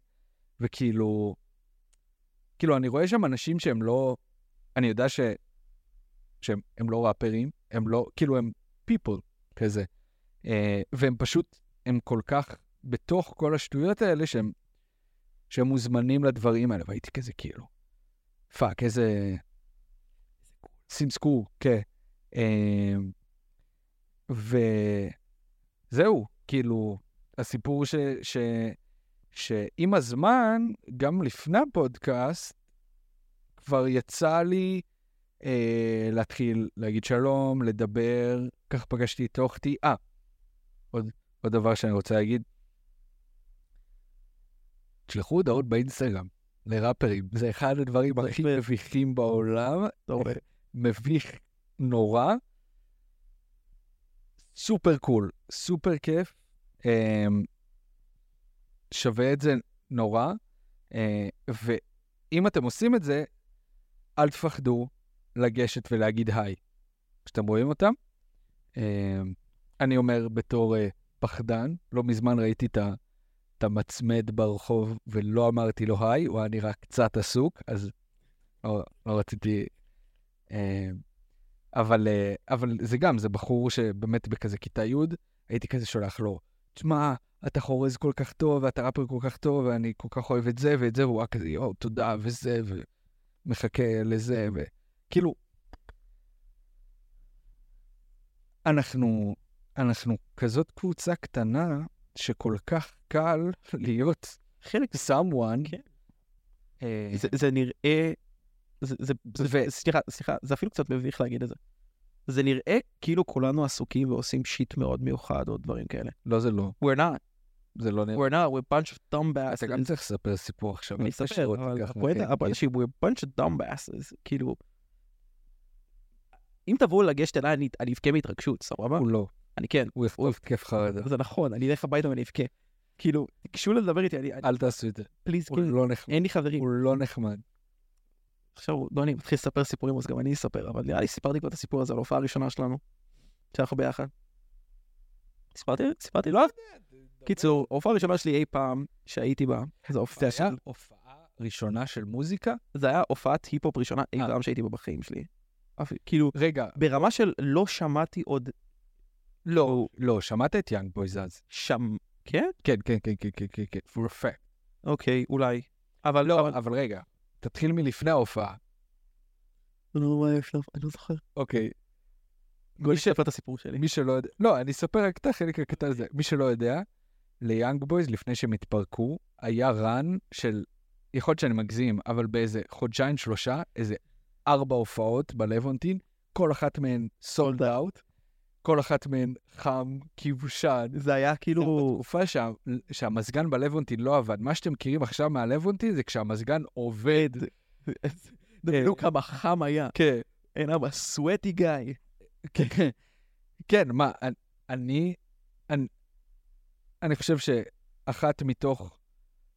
Speaker 1: וכאילו, כאילו, אני רואה שם אנשים שהם לא, אני יודע ש... שהם הם לא ראפרים, הם לא, כאילו, הם people כזה, אה, והם פשוט, הם כל כך בתוך כל השטויות האלה, שהם שהם מוזמנים לדברים האלה, והייתי כזה כאילו, פאק, איזה... סימסקור, כן. אמ, וזהו, כאילו, הסיפור ש... ש... שעם הזמן, גם לפני הפודקאסט, כבר יצא לי אה, להתחיל להגיד שלום, לדבר, כך פגשתי את אוכתי. אה, עוד, עוד דבר שאני רוצה להגיד, תשלחו הודעות באינסטגרם לראפרים, זה אחד הדברים הכי
Speaker 2: באמת.
Speaker 1: מביכים בעולם.
Speaker 2: אתה רואה.
Speaker 1: מביך נורא. סופר קול, סופר כיף. אמ, שווה את זה נורא, אה, ואם אתם עושים את זה, אל תפחדו לגשת ולהגיד היי כשאתם רואים אותם. אה, אני אומר בתור אה, פחדן, לא מזמן ראיתי את ה- את המצמד ברחוב ולא אמרתי לו היי, הוא היה נראה קצת עסוק, אז לא, לא רציתי... אה, אבל, אה, אבל זה גם, זה בחור שבאמת בכזה כיתה י', הייתי כזה שולח לו, תשמע, אתה חורז כל כך טוב, ואתה ראפר כל כך טוב, ואני כל כך אוהב את זה ואת זה, והוא היה כזה, יואו, תודה, וזה, ומחכה לזה, כאילו, וכאילו... אנחנו, אנחנו כזאת קבוצה קטנה, שכל כך קל להיות
Speaker 2: חלק
Speaker 1: someone.
Speaker 2: כן.
Speaker 1: אה,
Speaker 2: זה, זה נראה... זה, זה, זה,
Speaker 1: ו-
Speaker 2: סליחה, סליחה, זה אפילו קצת מביך להגיד את זה. זה נראה כאילו כולנו עסוקים ועושים שיט מאוד מיוחד או דברים כאלה.
Speaker 1: לא, זה לא.
Speaker 2: We're not,
Speaker 1: זה לא נראה.
Speaker 2: we're not, we're bunch of dumb
Speaker 1: אתה גם
Speaker 2: basses.
Speaker 1: צריך לספר סיפור עכשיו.
Speaker 2: אני
Speaker 1: אל תשאיר
Speaker 2: אספר,
Speaker 1: אותי
Speaker 2: אבל
Speaker 1: ככה,
Speaker 2: הפואנטה
Speaker 1: כן,
Speaker 2: הפואנטה
Speaker 1: כן.
Speaker 2: שהיא we're bunch of dumb basses, כאילו... אם תבואו לגשת אליי, אני- אני אבכה מהתרגשות, סבבה?
Speaker 1: הוא לא.
Speaker 2: אני כן.
Speaker 1: הוא יפ- הוא התקף חרדה.
Speaker 2: זה נכון, אני אלך הביתה ואני אבכה. כאילו, תיגשו לדבר איתי, אני...
Speaker 1: אל תעשו את זה.
Speaker 2: פליז,
Speaker 1: הוא לא נחמד.
Speaker 2: אין לי חברים.
Speaker 1: הוא לא נחמד.
Speaker 2: עכשיו, לא, אני מתחיל לספר סיפורים, אז גם אני אספר, אבל נראה לי סיפרתי כבר את הסיפור הזה על ההופעה הראשונה שלנו, שאנחנו ביחד. סיפרתי? סיפרתי, לא? קיצור, ההופעה הראשונה שלי אי פעם שהייתי בה, זה
Speaker 1: זה
Speaker 2: הופעה
Speaker 1: היה
Speaker 2: של-
Speaker 1: הופעה ראשונה של מוזיקה?
Speaker 2: זה היה הופעת היפ-הופ ראשונה אי
Speaker 1: אה.
Speaker 2: פעם שהייתי בה בחיים שלי. אפילו- כאילו,
Speaker 1: רגע,
Speaker 2: ברמה של לא שמעתי עוד
Speaker 1: לא. לא, שמעת את יאנג בויז אז?
Speaker 2: שם... כן?
Speaker 1: כן, כן, כן, כן, כן, כן, כן. for a fact.
Speaker 2: אוקיי, אולי. אבל
Speaker 1: לא, אבל רגע, תתחיל מלפני ההופעה.
Speaker 2: לא, מה יש לך? אני לא זוכר.
Speaker 1: אוקיי.
Speaker 2: מי שאפשר את הסיפור שלי.
Speaker 1: מי שלא יודע, לא, אני אספר רק את החלק הקטן הזה. מי שלא יודע, ליאנג בויז, לפני שהם התפרקו, היה רן של, יכול להיות שאני מגזים, אבל באיזה חודשיים, שלושה, איזה ארבע הופעות בלוונטין, כל אחת מהן סולד אאוט, כל אחת מהן חם, כיבושן.
Speaker 2: זה היה כאילו...
Speaker 1: בתקופה שה, שהמזגן בלוונטין לא עבד. מה שאתם מכירים עכשיו מהלוונטין זה כשהמזגן עובד.
Speaker 2: דמיינו כמה חם היה.
Speaker 1: כן.
Speaker 2: אה, אין אבא, סוואטי גיא.
Speaker 1: כן, כן, מה, אני- אני, אני, אני חושב שאחת מתוך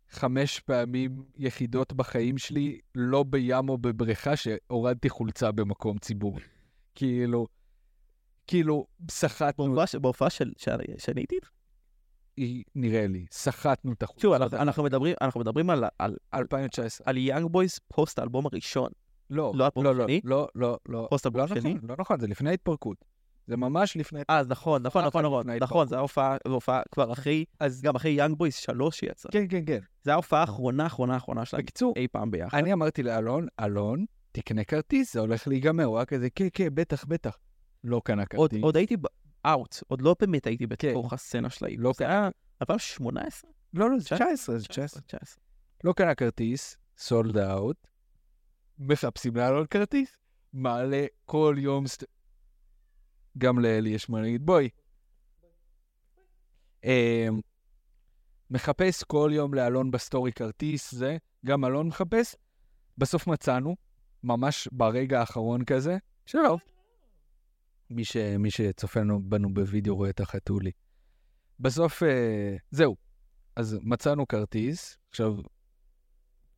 Speaker 1: חמש פעמים יחידות בחיים שלי, לא בים או בבריכה, שהורדתי חולצה במקום ציבורי. כאילו, כאילו, סחטנו,
Speaker 2: בהופעה ש- בהופעה של- שאני שאני הייתי איתך?
Speaker 1: היא- נראה לי, סחטנו את החולצה.
Speaker 2: שוב, אנחנו- אנחנו מדברים- אנחנו מדברים על- על- על-
Speaker 1: 2019.
Speaker 2: על יאנג בויז פוסט האלבום הראשון.
Speaker 1: לא,
Speaker 2: לא אלבום
Speaker 1: לא, לא,
Speaker 2: שני?
Speaker 1: לא, לא, לא,
Speaker 2: פוסט
Speaker 1: לא
Speaker 2: האלבום שני.
Speaker 1: נכון, לא נכון, זה לפני ההתפרקות. זה ממש לפני...
Speaker 2: אה, אז נכון, נכון, נכון, נכון,
Speaker 1: לפני
Speaker 2: נכון, זו הופעה כבר אחרי,
Speaker 1: אז
Speaker 2: גם אחרי יאנג בויז שלוש שיצא. אוקיי.
Speaker 1: כן, כן, כן.
Speaker 2: זו ההופעה האחרונה, האחרונה, האחרונה שלנו
Speaker 1: בקיצור,
Speaker 2: אי פעם ביחד.
Speaker 1: אני אמרתי לאלון, אלון, תקנה כרטיס, זה הולך להיגמר. הוא היה כזה, כן, כן, בטח, בטח. לא קנה
Speaker 2: עוד-
Speaker 1: כרטיס.
Speaker 2: עוד הייתי אאוט, עוד לא באמת הייתי
Speaker 1: כן.
Speaker 2: בתוך הסצנה של ההיפ.
Speaker 1: לא
Speaker 2: זה היה 2018?
Speaker 1: לא, לא, זה
Speaker 2: 19,
Speaker 1: 19, זה 19.
Speaker 2: 19. 19.
Speaker 1: לא קנה כרטיס, סולד אאוט, מחפשים לאלון כרטיס, מעלה כל יום סט... גם לאלי יש מה להגיד, בואי. אמ, מחפש כל יום לאלון בסטורי כרטיס, זה, גם אלון מחפש. בסוף מצאנו, ממש ברגע האחרון כזה, שלום. מי, ש... מי שצופה לנו- בנו בווידאו רואה את החתולי. בסוף, אה, זהו. אז מצאנו כרטיס, עכשיו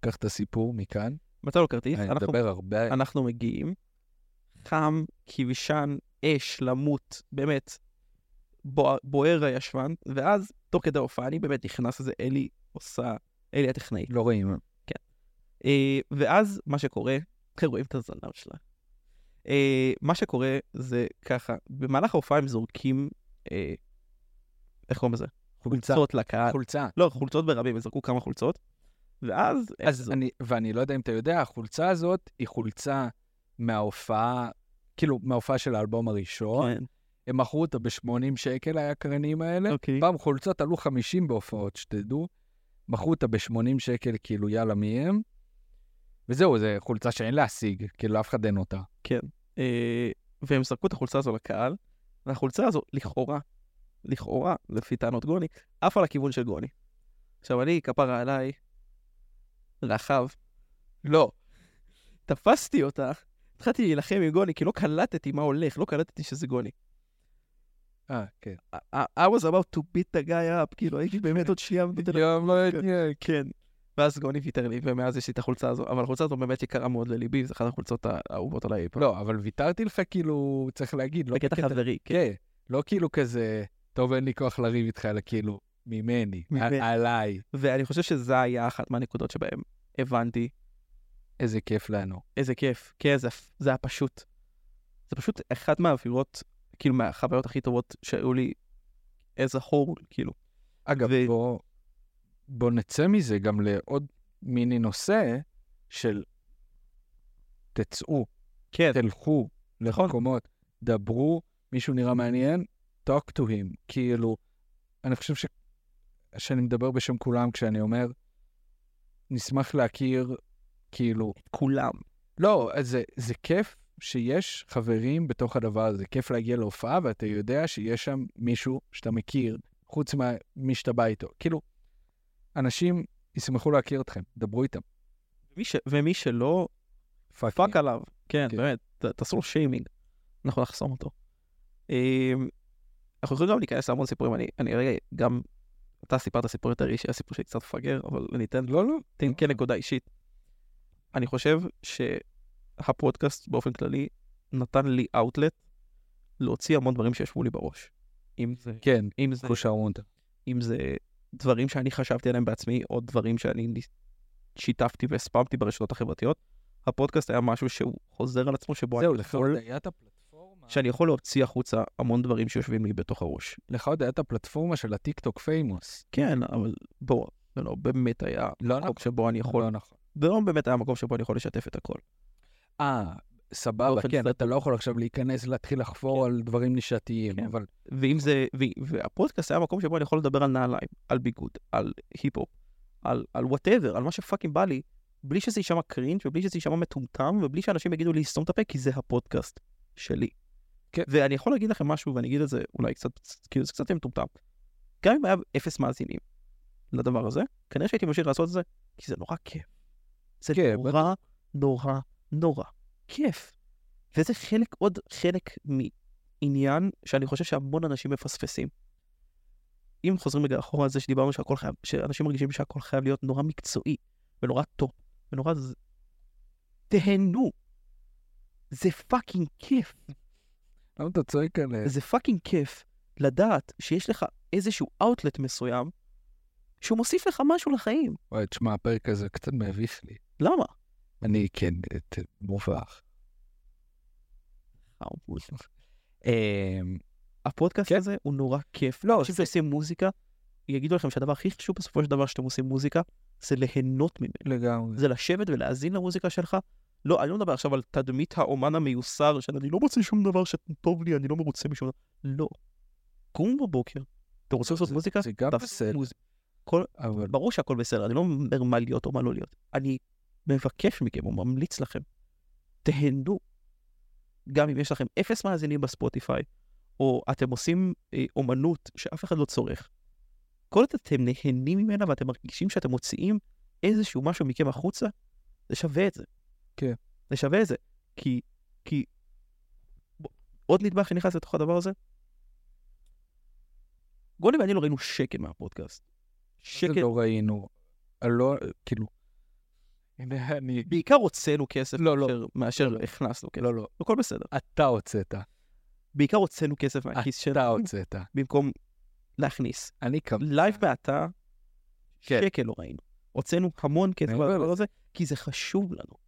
Speaker 1: קח את הסיפור מכאן.
Speaker 2: מצאנו כרטיס,
Speaker 1: אני
Speaker 2: לא אנחנו
Speaker 1: מדבר הרבה.
Speaker 2: אנחנו מגיעים, חם, כבשן, אש, למות, באמת, בוע, בוער הישבן, ואז, תוך כדי ההופעה, אני באמת נכנס לזה, אלי עושה, אלי הטכנאי.
Speaker 1: לא רואים.
Speaker 2: אה, ואז, מה שקורה, אתם רואים את הזנב שלה. אה, מה שקורה זה ככה, במהלך ההופעה הם זורקים, אה, איך קוראים לזה?
Speaker 1: חולצה.
Speaker 2: חולצות לקהל.
Speaker 1: חולצה.
Speaker 2: לא, חולצות ברבים, הם זרקו כמה חולצות, ואז... הם
Speaker 1: אז אני, ואני לא יודע אם אתה יודע, החולצה הזאת היא חולצה מההופעה, כאילו, מההופעה של האלבום הראשון.
Speaker 2: זורקים-
Speaker 1: הם מכרו אותה ב-80 שקל, היקרנים האלה.
Speaker 2: אוקיי.
Speaker 1: פעם חולצות עלו 50 בהופעות, שתדעו. מכרו אותה ב-80 שקל, כאילו, יאללה, מי הם? וזהו, זו חולצה שאין להשיג, כאילו, לאף אחד אין אותה.
Speaker 2: אה, והם זרקו את החולצה הזו לקהל, והחולצה הזו, לכאורה, לכאורה, לפי טענות גוני, עפה לכיוון של גוני. עכשיו, אני, כפרה עליי, רחב,
Speaker 1: לא.
Speaker 2: תפסתי אותה, התחלתי להילחם עם גוני, כי לא קלטתי מה הולך, לא קלטתי שזה גוני.
Speaker 1: אה, כן.
Speaker 2: I- I was about to beat the guy up, כאילו הייתי באמת עוד שנייה מביא את
Speaker 1: יום לא יגיע.
Speaker 2: כן. ואז גוני ויתר לי, ומאז יש לי את החולצה הזו, אבל החולצה הזו באמת יקרה מאוד לליבי, זו אחת החולצות האהובות עליי אי פעם.
Speaker 1: לא, אבל ויתרתי לך כאילו, צריך להגיד, לא
Speaker 2: בקטע חברי, כן, כן.
Speaker 1: כן, לא כאילו כזה, טוב, אין לי כוח לריב איתך, אלא כאילו, ממני, ע-
Speaker 2: ממני.
Speaker 1: עליי.
Speaker 2: ואני חושב שזו היה אחת מהנקודות שבהן הבנתי
Speaker 1: איזה כיף לנו.
Speaker 2: איזה כיף, כן, זה, זה היה פשוט. זה פשוט אחת מהאווירות, כאילו מהחוויות הכי טובות שהיו לי as a whole, כאילו.
Speaker 1: אגב,
Speaker 2: ו-
Speaker 1: בוא, בוא נצא מזה גם לעוד מיני נושא של תצאו,
Speaker 2: כן,
Speaker 1: תלכו
Speaker 2: נכון.
Speaker 1: למקומות, דברו, מישהו נראה מעניין, talk to him. כאילו, אני חושב ש... שאני מדבר בשם כולם כשאני אומר, נשמח להכיר, כאילו,
Speaker 2: כולם.
Speaker 1: לא, אז זה, זה כיף שיש חברים בתוך הדבר הזה. כיף להגיע להופעה, ואתה יודע שיש שם מישהו שאתה מכיר, חוץ ממי שאתה בא איתו. כאילו, אנשים ישמחו להכיר אתכם, דברו איתם.
Speaker 2: מי ש... ומי שלא,
Speaker 1: you.
Speaker 2: פאק עליו. כן,
Speaker 1: כן.
Speaker 2: באמת, ת- תעשו לו שיימינג. אנחנו נחסום אותו. אמ, אנחנו יכולים גם להיכנס להמון סיפורים, אני, אני רגע גם, אתה סיפרת סיפור יותר אישי, הסיפור שלי קצת מפגר, אבל אני אתן
Speaker 1: לא, לא.
Speaker 2: תן כן נקודה אישית. אני חושב שהפודקאסט באופן כללי נתן לי אאוטלט להוציא המון דברים שישבו לי בראש. אם זה,
Speaker 1: כן,
Speaker 2: אם זה,
Speaker 1: קושרמונטה.
Speaker 2: אם זה דברים שאני חשבתי עליהם בעצמי, או דברים שאני ניס- שיתפתי והספמתי ברשתות החברתיות, הפודקאסט היה משהו שהוא חוזר על עצמו, שבו
Speaker 1: זהו,
Speaker 2: אני
Speaker 1: לך
Speaker 2: יכול,
Speaker 1: עוד היה את הפלטפורמה.
Speaker 2: שאני יכול להוציא החוצה המון דברים שיושבים לי בתוך הראש.
Speaker 1: לך עוד היה את הפלטפורמה של הטיקטוק פיימוס.
Speaker 2: כן, אבל בוא, זה לא באמת היה
Speaker 1: לא
Speaker 2: מקום שבו אני יכול,
Speaker 1: לא נכון.
Speaker 2: זה לא באמת היה מקום שבו אני יכול לשתף את הכל.
Speaker 1: אה, סבבה,
Speaker 2: באופן
Speaker 1: כן,
Speaker 2: סטטי.
Speaker 1: אתה לא יכול עכשיו להיכנס, להתחיל לחפור על דברים נישתיים,
Speaker 2: כן.
Speaker 1: אבל
Speaker 2: ואם זה, ו- והפודקאסט היה מקום שבו אני יכול לדבר על נעליים, על ביגוד, על היפ-הופ, על וואטאבר, על מה שפאקינג בא לי, בלי שזה יישמע קרינג' ובלי שזה יישמע מטומטם, ובלי שאנשים יגידו לי סתום את הפה, כי זה הפודקאסט שלי.
Speaker 1: כן.
Speaker 2: ואני יכול להגיד לכם משהו, ואני אגיד את זה אולי קצת, כאילו זה קצת יהיה מטומטם. גם אם היה אפס מאזינים לדבר הזה, כנראה שהייתי ממשיך לעשות את זה, כי זה נורא כיף. זה
Speaker 1: כן,
Speaker 2: נורא, נורא, נורא כיף. וזה חלק, עוד חלק מעניין שאני חושב שהמון אנשים מפספסים. אם חוזרים רגע אחורה על זה שדיברנו שהכל חייב, שאנשים מרגישים שהכל חייב להיות נורא מקצועי, ונורא טוב, ונורא... ז- תהנו. זה פאקינג כיף.
Speaker 1: כן. למה אתה צועק על...
Speaker 2: זה פאקינג כיף לדעת שיש לך איזשהו אאוטלט מסוים שהוא מוסיף לך משהו לחיים.
Speaker 1: וואי, תשמע, הפרק הזה קצת מביך לי.
Speaker 2: למה?
Speaker 1: אני כן, את- מובך.
Speaker 2: חמוד.
Speaker 1: אמ,
Speaker 2: הפודקאסט
Speaker 1: כן.
Speaker 2: הזה הוא נורא כיף.
Speaker 1: לא,
Speaker 2: אנשים
Speaker 1: זה-
Speaker 2: שעושים מוזיקה, יגידו לכם שהדבר הכי חשוב בסופו של דבר שאתם עושים מוזיקה, זה ליהנות ממנו.
Speaker 1: לגמרי.
Speaker 2: זה לשבת ולהאזין למוזיקה שלך. לא, אני לא מדבר עכשיו על תדמית האומן המיוסר, שאני לא מוצא שום דבר שטוב לי, אני לא מרוצה משום דבר. לא. קום בבוקר, אתם רוצים
Speaker 1: לא,
Speaker 2: לעשות מוזיקה?
Speaker 1: זה גם
Speaker 2: תעשו
Speaker 1: בסדר,
Speaker 2: מוזיקה. כל-
Speaker 1: אבל
Speaker 2: ברור שהכל בסדר, אני לא אומר מה להיות או מה לא להיות. אני מבקש מכם או ממליץ לכם, תהנו. גם אם יש לכם אפס מאזינים בספוטיפיי, או אתם עושים אה, אומנות שאף אחד לא צורך. כל עוד אתם נהנים ממנה ואתם מרגישים שאתם מוציאים איזשהו משהו מכם החוצה, זה שווה את זה.
Speaker 1: כן.
Speaker 2: זה שווה את זה. כי, כי... בוא, עוד נדבך שנכנס לתוך הדבר הזה? גולי ואני לא ראינו שקל מהפודקאסט.
Speaker 1: שקט.
Speaker 2: שקל.
Speaker 1: לא ראינו. לא, כאילו... הנה, אני...
Speaker 2: בעיקר הוצאנו כסף
Speaker 1: לא, לא.
Speaker 2: מאשר- מאשר הכנסנו כסף.
Speaker 1: לא, לא.
Speaker 2: הכל בסדר.
Speaker 1: אתה הוצאת.
Speaker 2: בעיקר הוצאנו כסף מהכיס שלנו,
Speaker 1: אתה הוצאת.
Speaker 2: במקום להכניס.
Speaker 1: אני כמה...
Speaker 2: לייב מעתה,
Speaker 1: כן.
Speaker 2: שקל לא ראינו. הוצאנו המון כסף
Speaker 1: אני אומר
Speaker 2: מהדבר
Speaker 1: לך.
Speaker 2: הזה, כי זה חשוב לנו.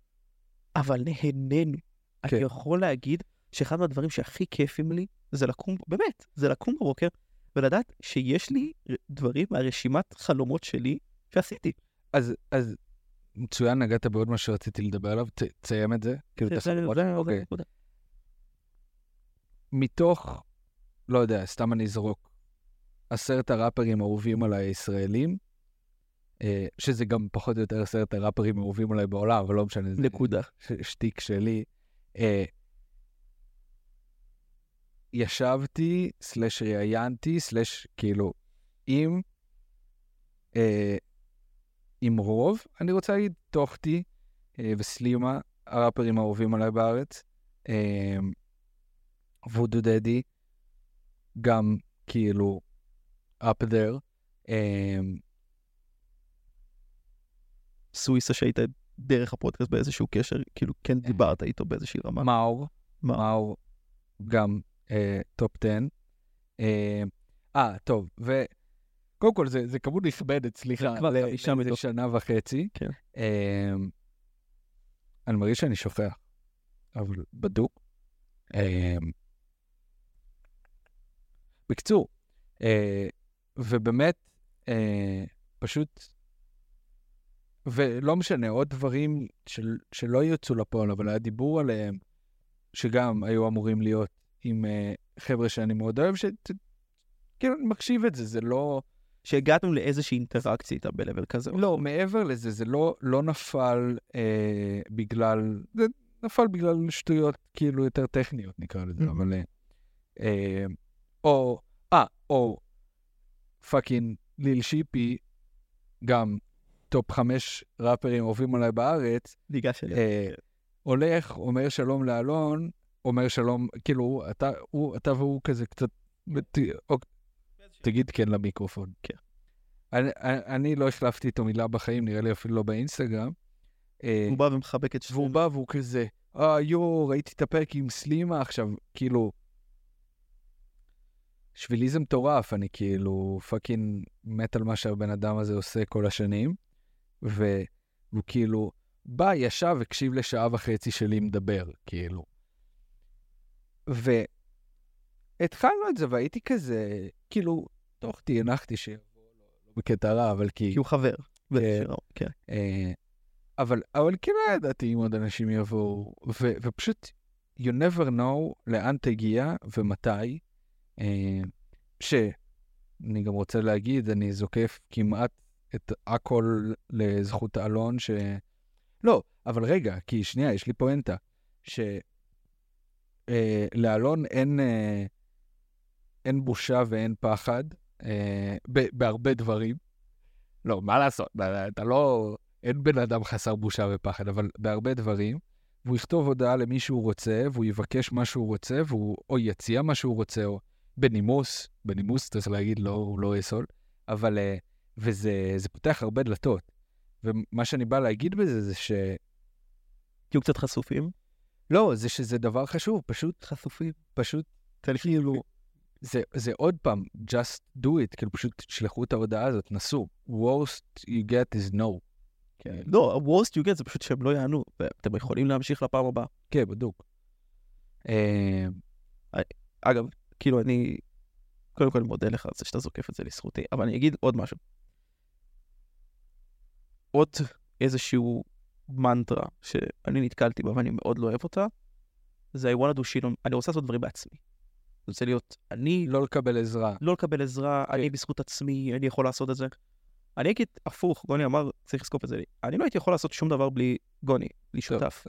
Speaker 2: אבל נהנינו.
Speaker 1: כן.
Speaker 2: אני יכול להגיד שאחד מהדברים שהכי כיפים לי, זה לקום, באמת, זה לקום בבוקר, ולדעת שיש לי דברים מהרשימת חלומות שלי שעשיתי.
Speaker 1: אז, אז... מצוין, נגעת בעוד מה שרציתי לדבר עליו, ת- תסיים את זה. כאילו,
Speaker 2: זה- זה-
Speaker 1: תסיים
Speaker 2: זה- זה-
Speaker 1: אוקיי.
Speaker 2: נקודה.
Speaker 1: מתוך, לא יודע, סתם אני אזרוק, עשרת הראפרים האהובים עליי הישראלים, אה, שזה גם פחות או יותר עשרת הראפרים האהובים עליי בעולם, אבל לא משנה, זה
Speaker 2: נקודה.
Speaker 1: ש- שטיק שלי. אה, ישבתי, סלש ראיינתי, סלש כאילו, עם, אה, עם רוב, אני רוצה להגיד, טוחטי אה, וסלימה, הראפרים האהובים עליי בארץ, אה, וודו דדי, גם כאילו up there. אמ,
Speaker 2: סוויסה שהיית דרך הפודקאסט באיזשהו קשר, כאילו כן דיברת איתו באיזושהי רמה.
Speaker 1: מאור,
Speaker 2: מאור.
Speaker 1: מאור גם טופ 10. אה, אה, טוב, וקודם כל זה, זה כמות נכבדת, סליחה,
Speaker 2: כבר
Speaker 1: ל-
Speaker 2: חמישה
Speaker 1: לאיזה
Speaker 2: מתוך-
Speaker 1: שנה וחצי.
Speaker 2: כן.
Speaker 1: אה, אני מרגיש שאני שוכח, אבל בדוק. אה, בקיצור, אה, ובאמת, אה, פשוט, ולא משנה, עוד דברים של, שלא יצאו לפועל, אבל היה דיבור עליהם, שגם היו אמורים להיות עם אה, חבר'ה שאני מאוד אוהב, שכאילו אני מקשיב את זה, זה לא...
Speaker 2: שהגענו לאיזושהי אינטראקציה איתה ב-level כזה.
Speaker 1: לא, מעבר לזה, זה לא, לא נפל אה, בגלל... זה נפל בגלל שטויות כאילו יותר טכניות, נקרא לזה,
Speaker 2: Mhm.
Speaker 1: אבל... אה, אה, או... אה, או פאקינג ליל שיפי, גם טופ חמש ראפרים אוהבים עליי בארץ,
Speaker 2: ניגש אליה.
Speaker 1: אה, הולך, אומר שלום לאלון, אומר שלום, כאילו, אתה, הוא, אתה והוא כזה קצת, ת- אוק, תגיד כן למיקרופון.
Speaker 2: כן.
Speaker 1: אני, אני- אני לא החלפתי איתו מילה בחיים, נראה לי אפילו לא באינסטגרם. אה,
Speaker 2: הוא בא ומחבק את
Speaker 1: והוא
Speaker 2: שניהם.
Speaker 1: בא והוא כזה, אה, יואו, ראיתי את הפרק עם סלימה עכשיו, כאילו... בשבילי זה מטורף, אני כאילו פאקינג מת על מה שהבן אדם הזה עושה כל השנים, ו- והוא כאילו בא, ישב, הקשיב לשעה וחצי שלי מדבר, כאילו. והתחלנו את זה, והייתי כזה, כאילו, תוך תינחתי שיבוא, לא בקטע רע, אבל כאילו...
Speaker 2: כי הוא חבר. באיזושהי רמה, כן.
Speaker 1: אה, אבל, אבל כאילו לא ידעתי אם עוד אנשים יבואו, ו, ופשוט, you never know לאן תגיע ומתי. אה, שאני גם רוצה להגיד, אני זוקף כמעט את הכל לזכות אלון, ש... לא, אבל רגע, כי שנייה, יש לי פואנטה, שלאלון אין, אה, אין בושה ואין פחד, אה, ב- בהרבה דברים. לא, מה לעשות, אתה לא... אין בן אדם חסר בושה ופחד, אבל בהרבה דברים. והוא יכתוב הודעה למי שהוא רוצה, והוא יבקש מה שהוא רוצה, והוא או יציע מה שהוא רוצה, או בנימוס, בנימוס צריך להגיד, לא, הוא לא אסול, אבל... אה, וזה זה פותח הרבה דלתות. ומה שאני בא להגיד בזה זה ש...
Speaker 2: תהיו קצת חשופים.
Speaker 1: לא, זה שזה דבר חשוב, פשוט,
Speaker 2: חשופים.
Speaker 1: פשוט, כאילו, זה, זה עוד פעם, just do it, כאילו פשוט שלחו את ההודעה הזאת, נסו. worst you get is no.
Speaker 2: כן. לא, ה-Worst you get זה פשוט שהם לא יענו, ואתם יכולים להמשיך לפעם הבאה.
Speaker 1: כן, בדוק. אה,
Speaker 2: אגב, כאילו אני, קודם כל אני מודה לך על זה שאתה זוקף את זה לזכותי, אבל אני אגיד עוד משהו. עוד איזשהו מנטרה שאני נתקלתי בה ואני מאוד לא אוהב אותה, זה I want to do shit on, אני רוצה לעשות דברים בעצמי. אני רוצה להיות אני,
Speaker 1: לא לקבל עזרה.
Speaker 2: לא לקבל עזרה, אני בזכות עצמי, אני יכול לעשות את זה. אני אגיד הפוך, גוני אמר, צריך לזקוף את זה. לי." אני לא הייתי יכול לעשות שום דבר בלי גוני, בלי
Speaker 1: טוב,
Speaker 2: שותף.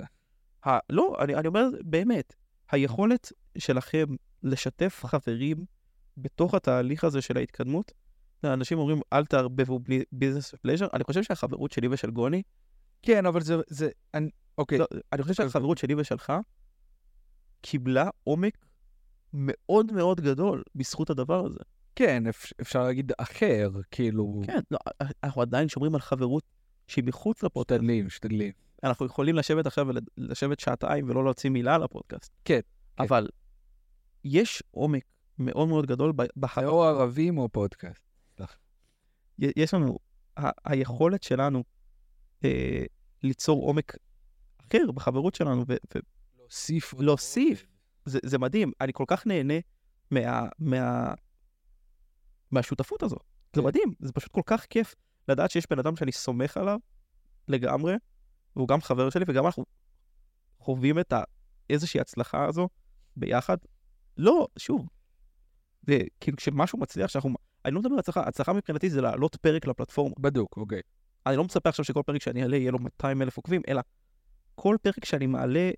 Speaker 2: ה... לא, אני, אני אומר באמת, היכולת שלכם לשתף חברים בתוך התהליך הזה של ההתקדמות, אנשים אומרים, אל תערבבו בלי ביזנס ופלז'ר, אני חושב שהחברות שלי ושל גוני,
Speaker 1: כן, אבל זה, זה, אני, אוקיי,
Speaker 2: לא, אני חושב שהחברות שלי ושלך קיבלה עומק מאוד מאוד גדול בזכות הדבר הזה.
Speaker 1: כן, אפ, אפשר להגיד אחר, כאילו,
Speaker 2: כן, לא, אנחנו עדיין שומרים על חברות שהיא מחוץ לפודקאסט.
Speaker 1: משתדלים, משתדלים.
Speaker 2: אנחנו יכולים לשבת עכשיו ולשבת שעתיים ולא להוציא מילה על הפודקאסט.
Speaker 1: כן, כן.
Speaker 2: אבל יש עומק מאוד מאוד גדול ב-
Speaker 1: זה
Speaker 2: בחברות.
Speaker 1: או ערבים או פודקאסט.
Speaker 2: י- יש לנו, ה- היכולת שלנו אה, ליצור עומק אחר בחברות שלנו ו-
Speaker 1: להוסיף. עוד
Speaker 2: ולהוסיף,
Speaker 1: רובד.
Speaker 2: זה, זה מדהים. אני כל כך נהנה מה, מה, מהשותפות הזו. זה
Speaker 1: כן.
Speaker 2: מדהים, זה פשוט כל כך כיף לדעת שיש בן אדם שאני סומך עליו לגמרי, והוא גם חבר שלי, וגם אנחנו חווים את ה, איזושהי הצלחה הזו ביחד. לא, שוב, זה כאילו כשמשהו מצליח, שאנחנו... אני לא מדבר על הצלחה, הצלחה מבחינתי זה להעלות פרק לפלטפורמה.
Speaker 1: בדוק, אוקיי.
Speaker 2: אני לא מצפה עכשיו שכל פרק שאני אעלה יהיה לו 200 אלף עוקבים, אלא כל פרק שאני מעלה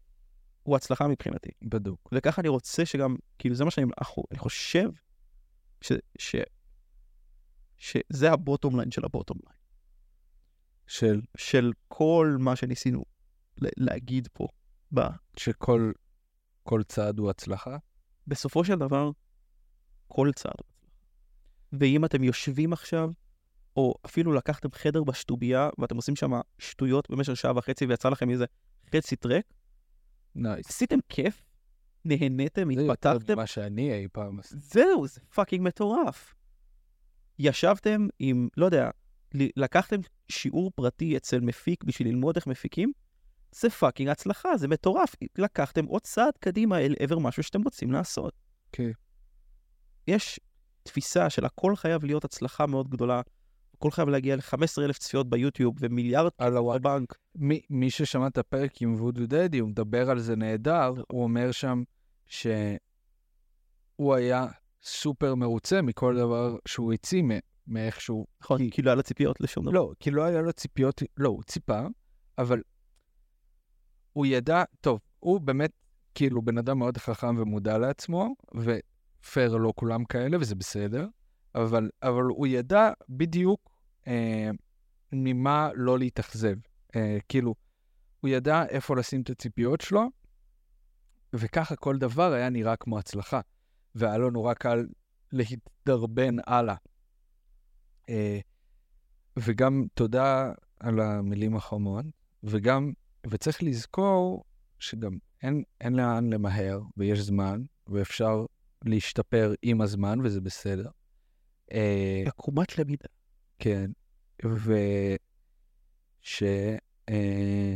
Speaker 2: הוא הצלחה מבחינתי.
Speaker 1: בדוק.
Speaker 2: וככה אני רוצה שגם, כאילו זה מה שאני, אנחנו- אני חושב, ש, ש, שזה הבוטום ליין של הבוטום ליין,
Speaker 1: של,
Speaker 2: של כל מה שניסינו ל- להגיד פה. ב,
Speaker 1: שכל כל צעד הוא הצלחה.
Speaker 2: בסופו של דבר, כל צעד. ואם אתם יושבים עכשיו, או אפילו לקחתם חדר בשטובייה, ואתם עושים שם שטויות במשך שעה וחצי, ויצא לכם איזה חצי טרק,
Speaker 1: נייס.
Speaker 2: עשיתם כיף, נהניתם,
Speaker 1: זה יותר
Speaker 2: התפתחתם,
Speaker 1: ממה שאני אי פעם עשיתי.
Speaker 2: זהו, זה פאקינג מטורף. ישבתם עם, לא יודע, ל- לקחתם שיעור פרטי אצל מפיק בשביל ללמוד איך מפיקים, זה פאקינג הצלחה, זה מטורף. לקחתם עוד צעד קדימה אל עבר משהו שאתם רוצים לעשות.
Speaker 1: כן.
Speaker 2: יש תפיסה של הכל חייב להיות הצלחה מאוד גדולה, הכל חייב להגיע ל-15,000 צפיות ביוטיוב ומיליארד
Speaker 1: על הוואט.
Speaker 2: בבנק.
Speaker 1: מי, מי ששמע את הפרק עם וודו דדי, הוא מדבר על זה נהדר,
Speaker 2: לא.
Speaker 1: הוא אומר שם שהוא היה סופר מרוצה מכל דבר שהוא הציא, מ- מאיך שהוא...
Speaker 2: נכון,
Speaker 1: כי-
Speaker 2: כאילו היה לו ציפיות לשום דבר.
Speaker 1: לא, כי לא היה לו ציפיות, לא, הוא ציפה, אבל הוא ידע, טוב, הוא באמת, כאילו, בן אדם מאוד חכם ומודע לעצמו, ופייר לא כולם כאלה, וזה בסדר, אבל, אבל הוא ידע בדיוק אה, ממה לא להתאכזב. אה, כאילו, הוא ידע איפה לשים את הציפיות שלו, וככה כל דבר היה נראה כמו הצלחה, והיה לו נורא קל להתדרבן הלאה. אה, וגם תודה על המילים החמות, וגם, וצריך לזכור שגם אין, אין לאן למהר, ויש זמן, ואפשר להשתפר עם הזמן, וזה בסדר. אה,
Speaker 2: עקומת למידה.
Speaker 1: כן, וש... אה,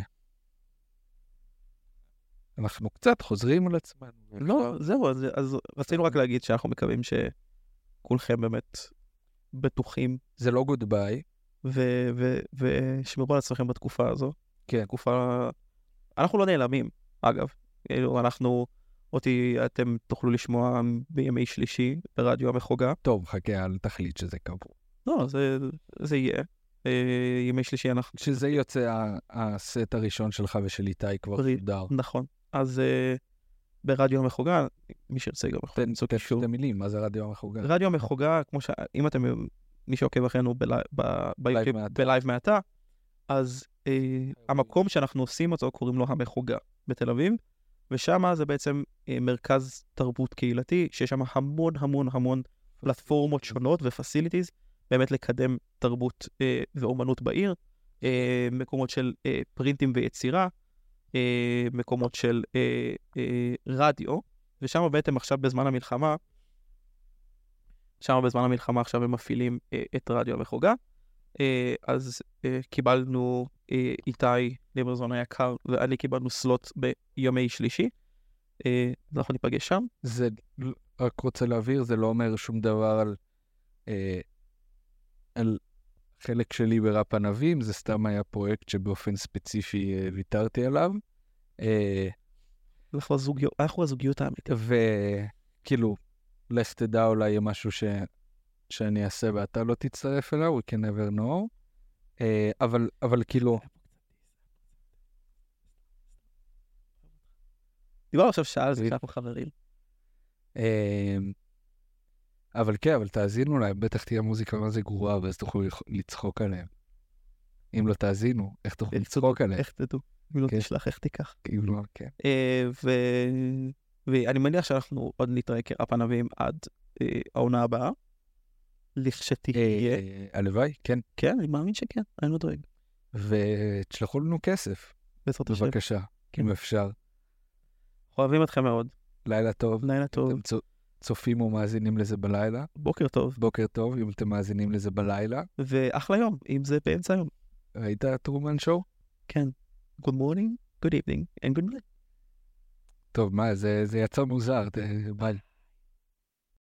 Speaker 1: אנחנו קצת חוזרים על עצמנו.
Speaker 2: לא, זהו, אז, אז רצינו רק להגיד שאנחנו מקווים שכולכם באמת בטוחים
Speaker 1: זה לא גוד ביי,
Speaker 2: ו- ו- ושמרו על עצמכם בתקופה הזו.
Speaker 1: כן.
Speaker 2: תקופה... אנחנו לא נעלמים, אגב. כאילו, אנחנו... אותי אתם תוכלו לשמוע בימי שלישי ברדיו המחוגה.
Speaker 1: טוב, חכה, אל תחליט שזה קבוע.
Speaker 2: לא, זה, זה יהיה. אה, ימי שלישי אנחנו...
Speaker 1: כשזה יוצא ה- הסט הראשון שלך ושל איתי כבר
Speaker 2: בריא.
Speaker 1: סודר.
Speaker 2: נכון. אז אה, ברדיו המחוגה, מי שירצה גם יכול
Speaker 1: תן
Speaker 2: למצוא
Speaker 1: תן
Speaker 2: קישור.
Speaker 1: שתי מילים, מה זה רדיו המחוגה?
Speaker 2: רדיו המחוגה, כמו ש... אם אתם, מי שעוקב אחרינו בלי- ב- ביוטיוב,
Speaker 1: מעתה.
Speaker 2: בלייב מעתה, אז אה, המקום שאנחנו עושים אותו קוראים לו המחוגה בתל אביב, ושם זה בעצם אה, מרכז תרבות קהילתי, שיש שם המון המון המון פלטפורמות שונות ופסיליטיז, באמת לקדם תרבות אה, ואומנות בעיר, אה, מקומות של אה, פרינטים ויצירה, אה, מקומות של אה, אה, רדיו, ושם בעצם עכשיו בזמן המלחמה, שם בזמן המלחמה עכשיו הם מפעילים אה, את רדיו המחוגה. אה, אז אה, קיבלנו, אה, איתי ליברזון היקר ואני קיבלנו סלוט בימי שלישי. אה, אז אנחנו ניפגש שם.
Speaker 1: זה, רק רוצה להבהיר, זה לא אומר שום דבר על, אה, על חלק שלי בראפ ענבים, זה סתם היה פרויקט שבאופן ספציפי אה, ויתרתי עליו. אה,
Speaker 2: אנחנו הזוגיות, אנחנו הזוגיות האמיתית.
Speaker 1: וכאילו, לך תדע אולי יהיה משהו ש... שאני אעשה ואתה לא תצטרף אליו, we can never know. אה, אבל, אבל כאילו,
Speaker 2: דיברנו עכשיו שעה על זה
Speaker 1: בדיוק.
Speaker 2: שאנחנו חברים.
Speaker 1: אה, אבל כן, אבל תאזינו להם, בטח תהיה מוזיקה מה זה גרועה, ואז תוכלו לח- לצחוק עליהם. אם לא תאזינו, איך תוכלו לצחוק עליהם?
Speaker 2: איך תדעו? אם לא
Speaker 1: כן.
Speaker 2: תשלח, איך תיקח?
Speaker 1: כאילו, כן.
Speaker 2: אה, ו... ואני מניח שאנחנו עוד נתראה כרפ ענבים עד אה, העונה הבאה. לכשתהיה.
Speaker 1: אה, הלוואי, כן.
Speaker 2: כן, אני מאמין שכן, אני לא דואג.
Speaker 1: ותשלחו לנו כסף,
Speaker 2: בעזרת השם.
Speaker 1: בבקשה,
Speaker 2: כן.
Speaker 1: אם אפשר.
Speaker 2: אנחנו אוהבים אתכם מאוד.
Speaker 1: לילה טוב.
Speaker 2: לילה טוב,
Speaker 1: אתם צו- צופים או מאזינים לזה בלילה.
Speaker 2: בוקר טוב,
Speaker 1: בוקר טוב, אם אתם מאזינים לזה בלילה.
Speaker 2: ואחלה יום, אם זה באמצע היום.
Speaker 1: ראית טרומן שואו?
Speaker 2: כן. Good morning, good evening and good night.
Speaker 1: טוב, מה, זה, זה יצא מוזר, ת- אה, ביי.